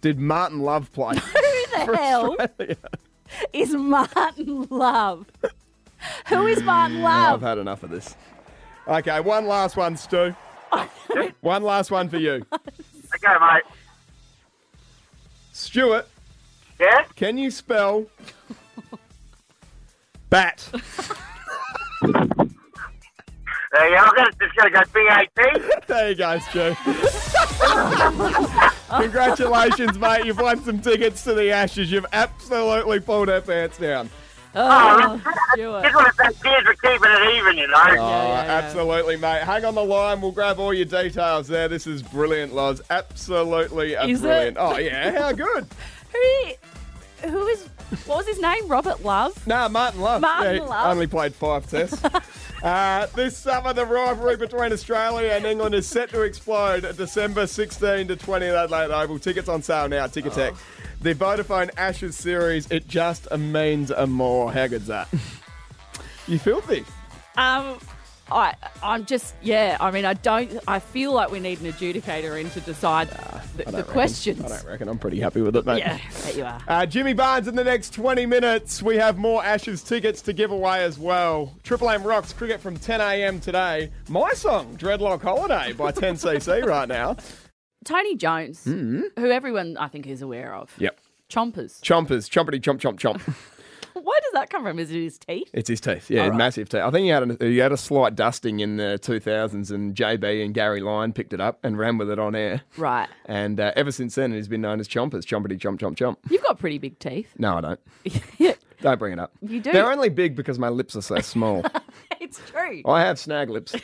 S3: did Martin Love play?
S4: Who the hell is Martin Love? Who is Martin
S3: I've
S4: Love?
S3: had enough of this. Okay, one last one, Stu. one last one for you.
S18: Okay, mate.
S3: Stuart.
S18: Yeah?
S3: Can you spell bat?
S18: There you go. I'm gonna, just going to go BAT.
S3: there you go, Stu. Congratulations, mate. You've won some tickets to the Ashes. You've absolutely pulled our pants down.
S18: Oh, just want to thank Piers for keeping it even, you know.
S3: Oh, absolutely, mate. Hang on the line. We'll grab all your details there. This is brilliant, Loz. Absolutely uh,
S4: Is it?
S3: brilliant. Oh, yeah. How good.
S4: Who? Who is? What was his name? Robert Love.
S3: Nah, Martin Love.
S4: Martin
S3: Yeah, he
S4: Love.
S3: Only played five tests. Uh, this summer, the rivalry between Australia and England is set to explode. December 16 to 20 at Adelaide Oval. Tickets on sale now. Ticket Tech. The Vodafone Ashes series. It just means a more. How good's that? you filthy.
S4: Um, I, I'm just, yeah. I mean, I don't. I feel like we need an adjudicator in to decide the,
S3: Uh, I don't
S4: the
S3: reckon.
S4: questions.
S3: I don't reckon. I'm pretty happy with it, mate.
S4: Yeah, I bet you are.
S3: Uh, Jimmy Barnes in the next 20 minutes. We have more Ashes tickets to give away as well. Triple M Rocks cricket from 10 a.m. today. My song, Dreadlock Holiday by 10cc right now.
S4: Tony Jones,
S3: Mhm.
S4: who everyone I think is aware of.
S3: Yep.
S4: Chompers.
S3: Chompers. Chompity chomp chomp chomp.
S4: Where does that come from? Is it his teeth?
S3: It's his teeth. Yeah, massive teeth. I think he had, a, he had a slight dusting in the 2000s and JB and Gary Lyon picked it up and ran with it on air.
S4: Right.
S3: And uh, ever since then, it has been known as Chompers. Chompity chomp chomp chomp.
S4: You've got pretty big teeth.
S3: No, I don't. don't bring it up.
S4: You do.
S3: They're only big because my lips are so small.
S4: It's true.
S3: I have snag lips.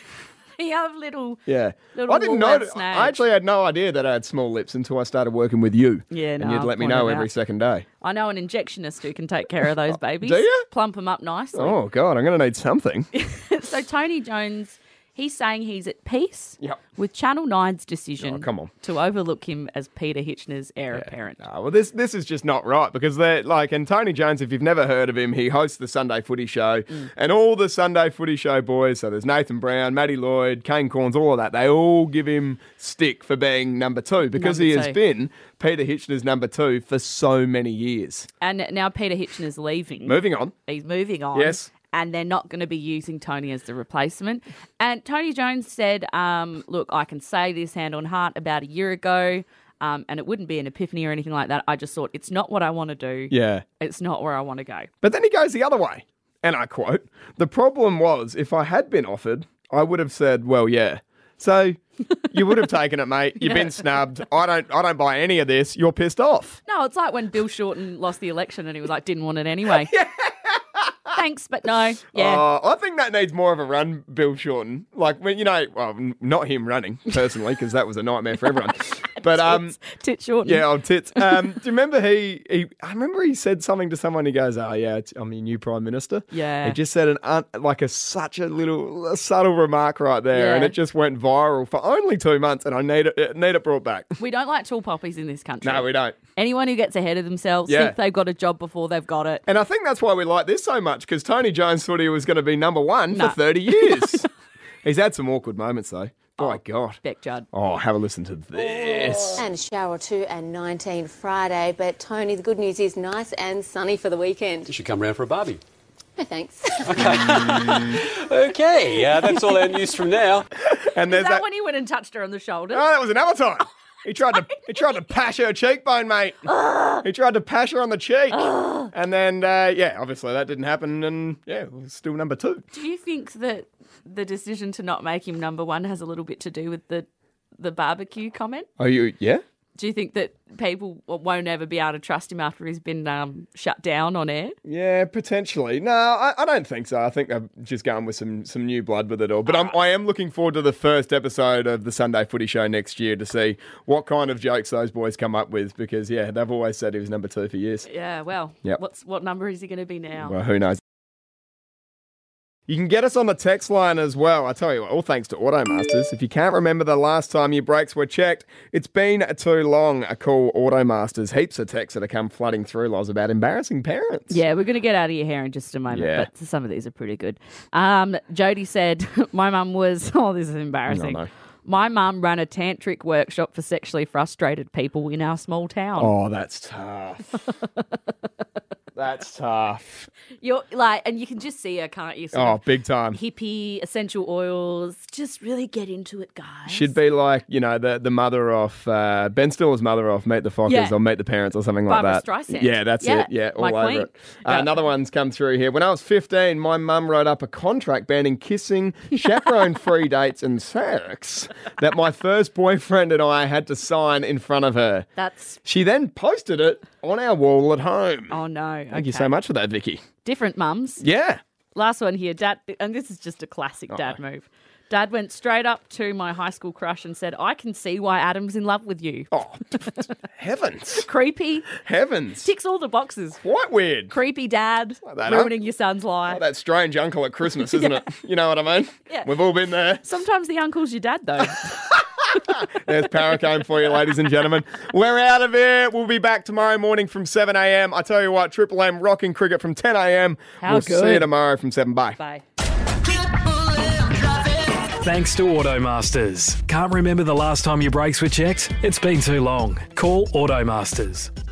S4: You have little.
S3: Yeah.
S4: Little
S3: I didn't
S4: Woolworths
S3: know.
S4: snag.
S3: I actually had no idea that I had small lips until I started working with you.
S4: Yeah,
S3: And
S4: no,
S3: you'd
S4: I'll
S3: let me
S4: point
S3: know
S4: it
S3: every
S4: out.
S3: second day.
S4: I know an injectionist who can take care of those babies.
S3: you?
S4: Plump them up nicely.
S3: Oh, God, I'm going to need something.
S4: so Tony Jones, he's saying he's at peace
S3: Yep.
S4: with Channel 9's decision
S3: Oh, come on.
S4: to overlook him as Peter Hitchener's heir apparent.
S3: Ah, well, this this is just not right because they're like, and Tony Jones, if you've never heard of him, he hosts the Sunday Footy Show,
S4: Mm.
S3: and all the Sunday Footy Show boys, so there's Nathan Brown, Matty Lloyd, Kane Corns, all of that, they all give him stick for being number two because
S4: Number
S3: he has
S4: two.
S3: been Peter Hitchener's number two for so many years.
S4: And now Peter Hitchener's leaving.
S3: Moving on.
S4: He's moving on.
S3: Yes.
S4: And they're not going to be using Tony as the replacement. And Tony Jones said, um, look, I can say this hand on heart about a year ago, um, and it wouldn't be an epiphany or anything like that. I just thought, it's not what I want to do.
S3: Yeah.
S4: It's not where I want to go.
S3: But then he goes the other way. And I quote The problem was, if I had been offered, I would have said, Well, yeah. So you would have taken it, mate. You've
S4: Yeah.
S3: been snubbed. I don't I don't buy any of this. You're pissed off.
S4: No, it's like when Bill Shorten lost the election and he was like, didn't want it anyway. Thanks, but no. Yeah.
S3: Uh, I think that needs more of a run, Bill Shorten. Like when you know, well, n- not him running personally, because that was a nightmare for everyone. But um,
S4: tit Shorten.
S3: Yeah, old tits. Um, do you remember he, he? I remember he said something to someone. He goes, "Oh yeah, it's, I'm your new prime minister."
S4: Yeah.
S3: He just said an un, like a such a little a subtle remark right there, and
S4: Yeah.
S3: it just went viral for only two months. And I need it need it brought back.
S4: We don't like tall poppies in this country.
S3: No, we don't.
S4: Anyone who gets ahead of themselves,
S3: Yeah.
S4: think they've got a job before they've got it.
S3: And I think that's why we like this so much because Tony Jones thought he was going to be number one
S4: No.
S3: for 30 years. He's had some awkward moments though. My God.
S4: Beck Judd.
S3: Oh, have a listen to this.
S1: And a shower too and 19 Friday. But Tony, the good news is nice and sunny for the weekend.
S15: You should come round for a barbie.
S1: No thanks.
S15: Okay, uh, that's all our news from now.
S3: And
S4: Is that, when he went and touched her on the shoulder?
S3: Oh, that was another time. He tried to he tried to pash her cheekbone, mate. he tried to pash her on the cheek, and then uh, yeah, obviously that didn't happen, and yeah, it was still number two.
S4: Do you think that the decision to not make him number one has a little bit to do with the the barbecue comment?
S3: Oh, you yeah?
S4: Do you think that people w- won't ever be able to trust him after he's been um, shut down on air?
S3: Yeah, potentially. No, I, I don't think so. I think they've just gone with some some new blood with it all. But I'm, I am looking forward to the first episode of the Sunday Footy Show next year to see what kind of jokes those boys come up with. Because yeah, they've always said he was number two for years.
S4: Yeah, well,
S3: Yep.
S4: what's what number is he going to be now?
S3: Well, who knows? You can get us on the text line as well. I tell you what, all thanks to Automasters. If you can't remember the last time your brakes were checked, it's been too long. A call Automasters. Heaps of texts that have come flooding through. Laws about embarrassing parents.
S4: Yeah, we're going to get out of your hair in just a moment,
S3: Yeah.
S4: but some of these are pretty good. Um, Jody said, My mum was, oh, this is embarrassing.
S3: no.
S4: My mum ran a tantric workshop for sexually frustrated people in our small town.
S3: Oh, that's tough. that's tough.
S4: You're like, and you can just see her, can't you? Sort
S3: Oh,
S4: of
S3: big time.
S4: Hippie essential oils. Just really get into it, guys.
S3: Should be like you know the the mother of uh, Ben Stiller's mother of Meet the Fockers
S4: Yeah.
S3: or Meet the Parents or something like
S4: Barbra
S3: that.
S4: Streisand.
S3: Yeah, that's
S4: Yeah,
S3: it. Yeah, all
S4: my
S3: over
S4: queen.
S3: it. Uh, Another one's come through here. When I was 15, my mum wrote up a contract banning kissing, chaperone-free dates, and sex that my first boyfriend and I had to sign in front of her.
S4: That's
S3: She then posted it on our wall at home.
S4: oh no.
S3: Thank you
S4: okay.
S3: so much for that, Vicky.
S4: Different mums.
S3: Yeah.
S4: Last one here, Dad, and this is just a classic dad move. Dad went straight up to my high school crush and said, I can see why Adam's in love with you.
S3: Oh, heavens.
S4: Creepy.
S3: Heavens.
S4: Ticks all the boxes.
S3: Quite weird.
S4: Creepy dad.
S3: that, huh?
S4: ruining your son's life.
S3: That strange uncle at Christmas, isn't it? You know what I mean?
S4: Yeah.
S3: We've all been there.
S4: Sometimes the uncle's your dad, though.
S3: There's Paracombe for you, ladies and gentlemen. We're out of here. We'll be back tomorrow morning from 7 a.m. I tell you what, Triple M rocking cricket from 10 a.m.
S4: How
S3: we'll see you
S4: good.
S3: tomorrow from 7. Bye.
S4: Bye.
S10: Thanks to AutoMasters. Can't remember the last time your brakes were checked? It's been too long. Call AutoMasters.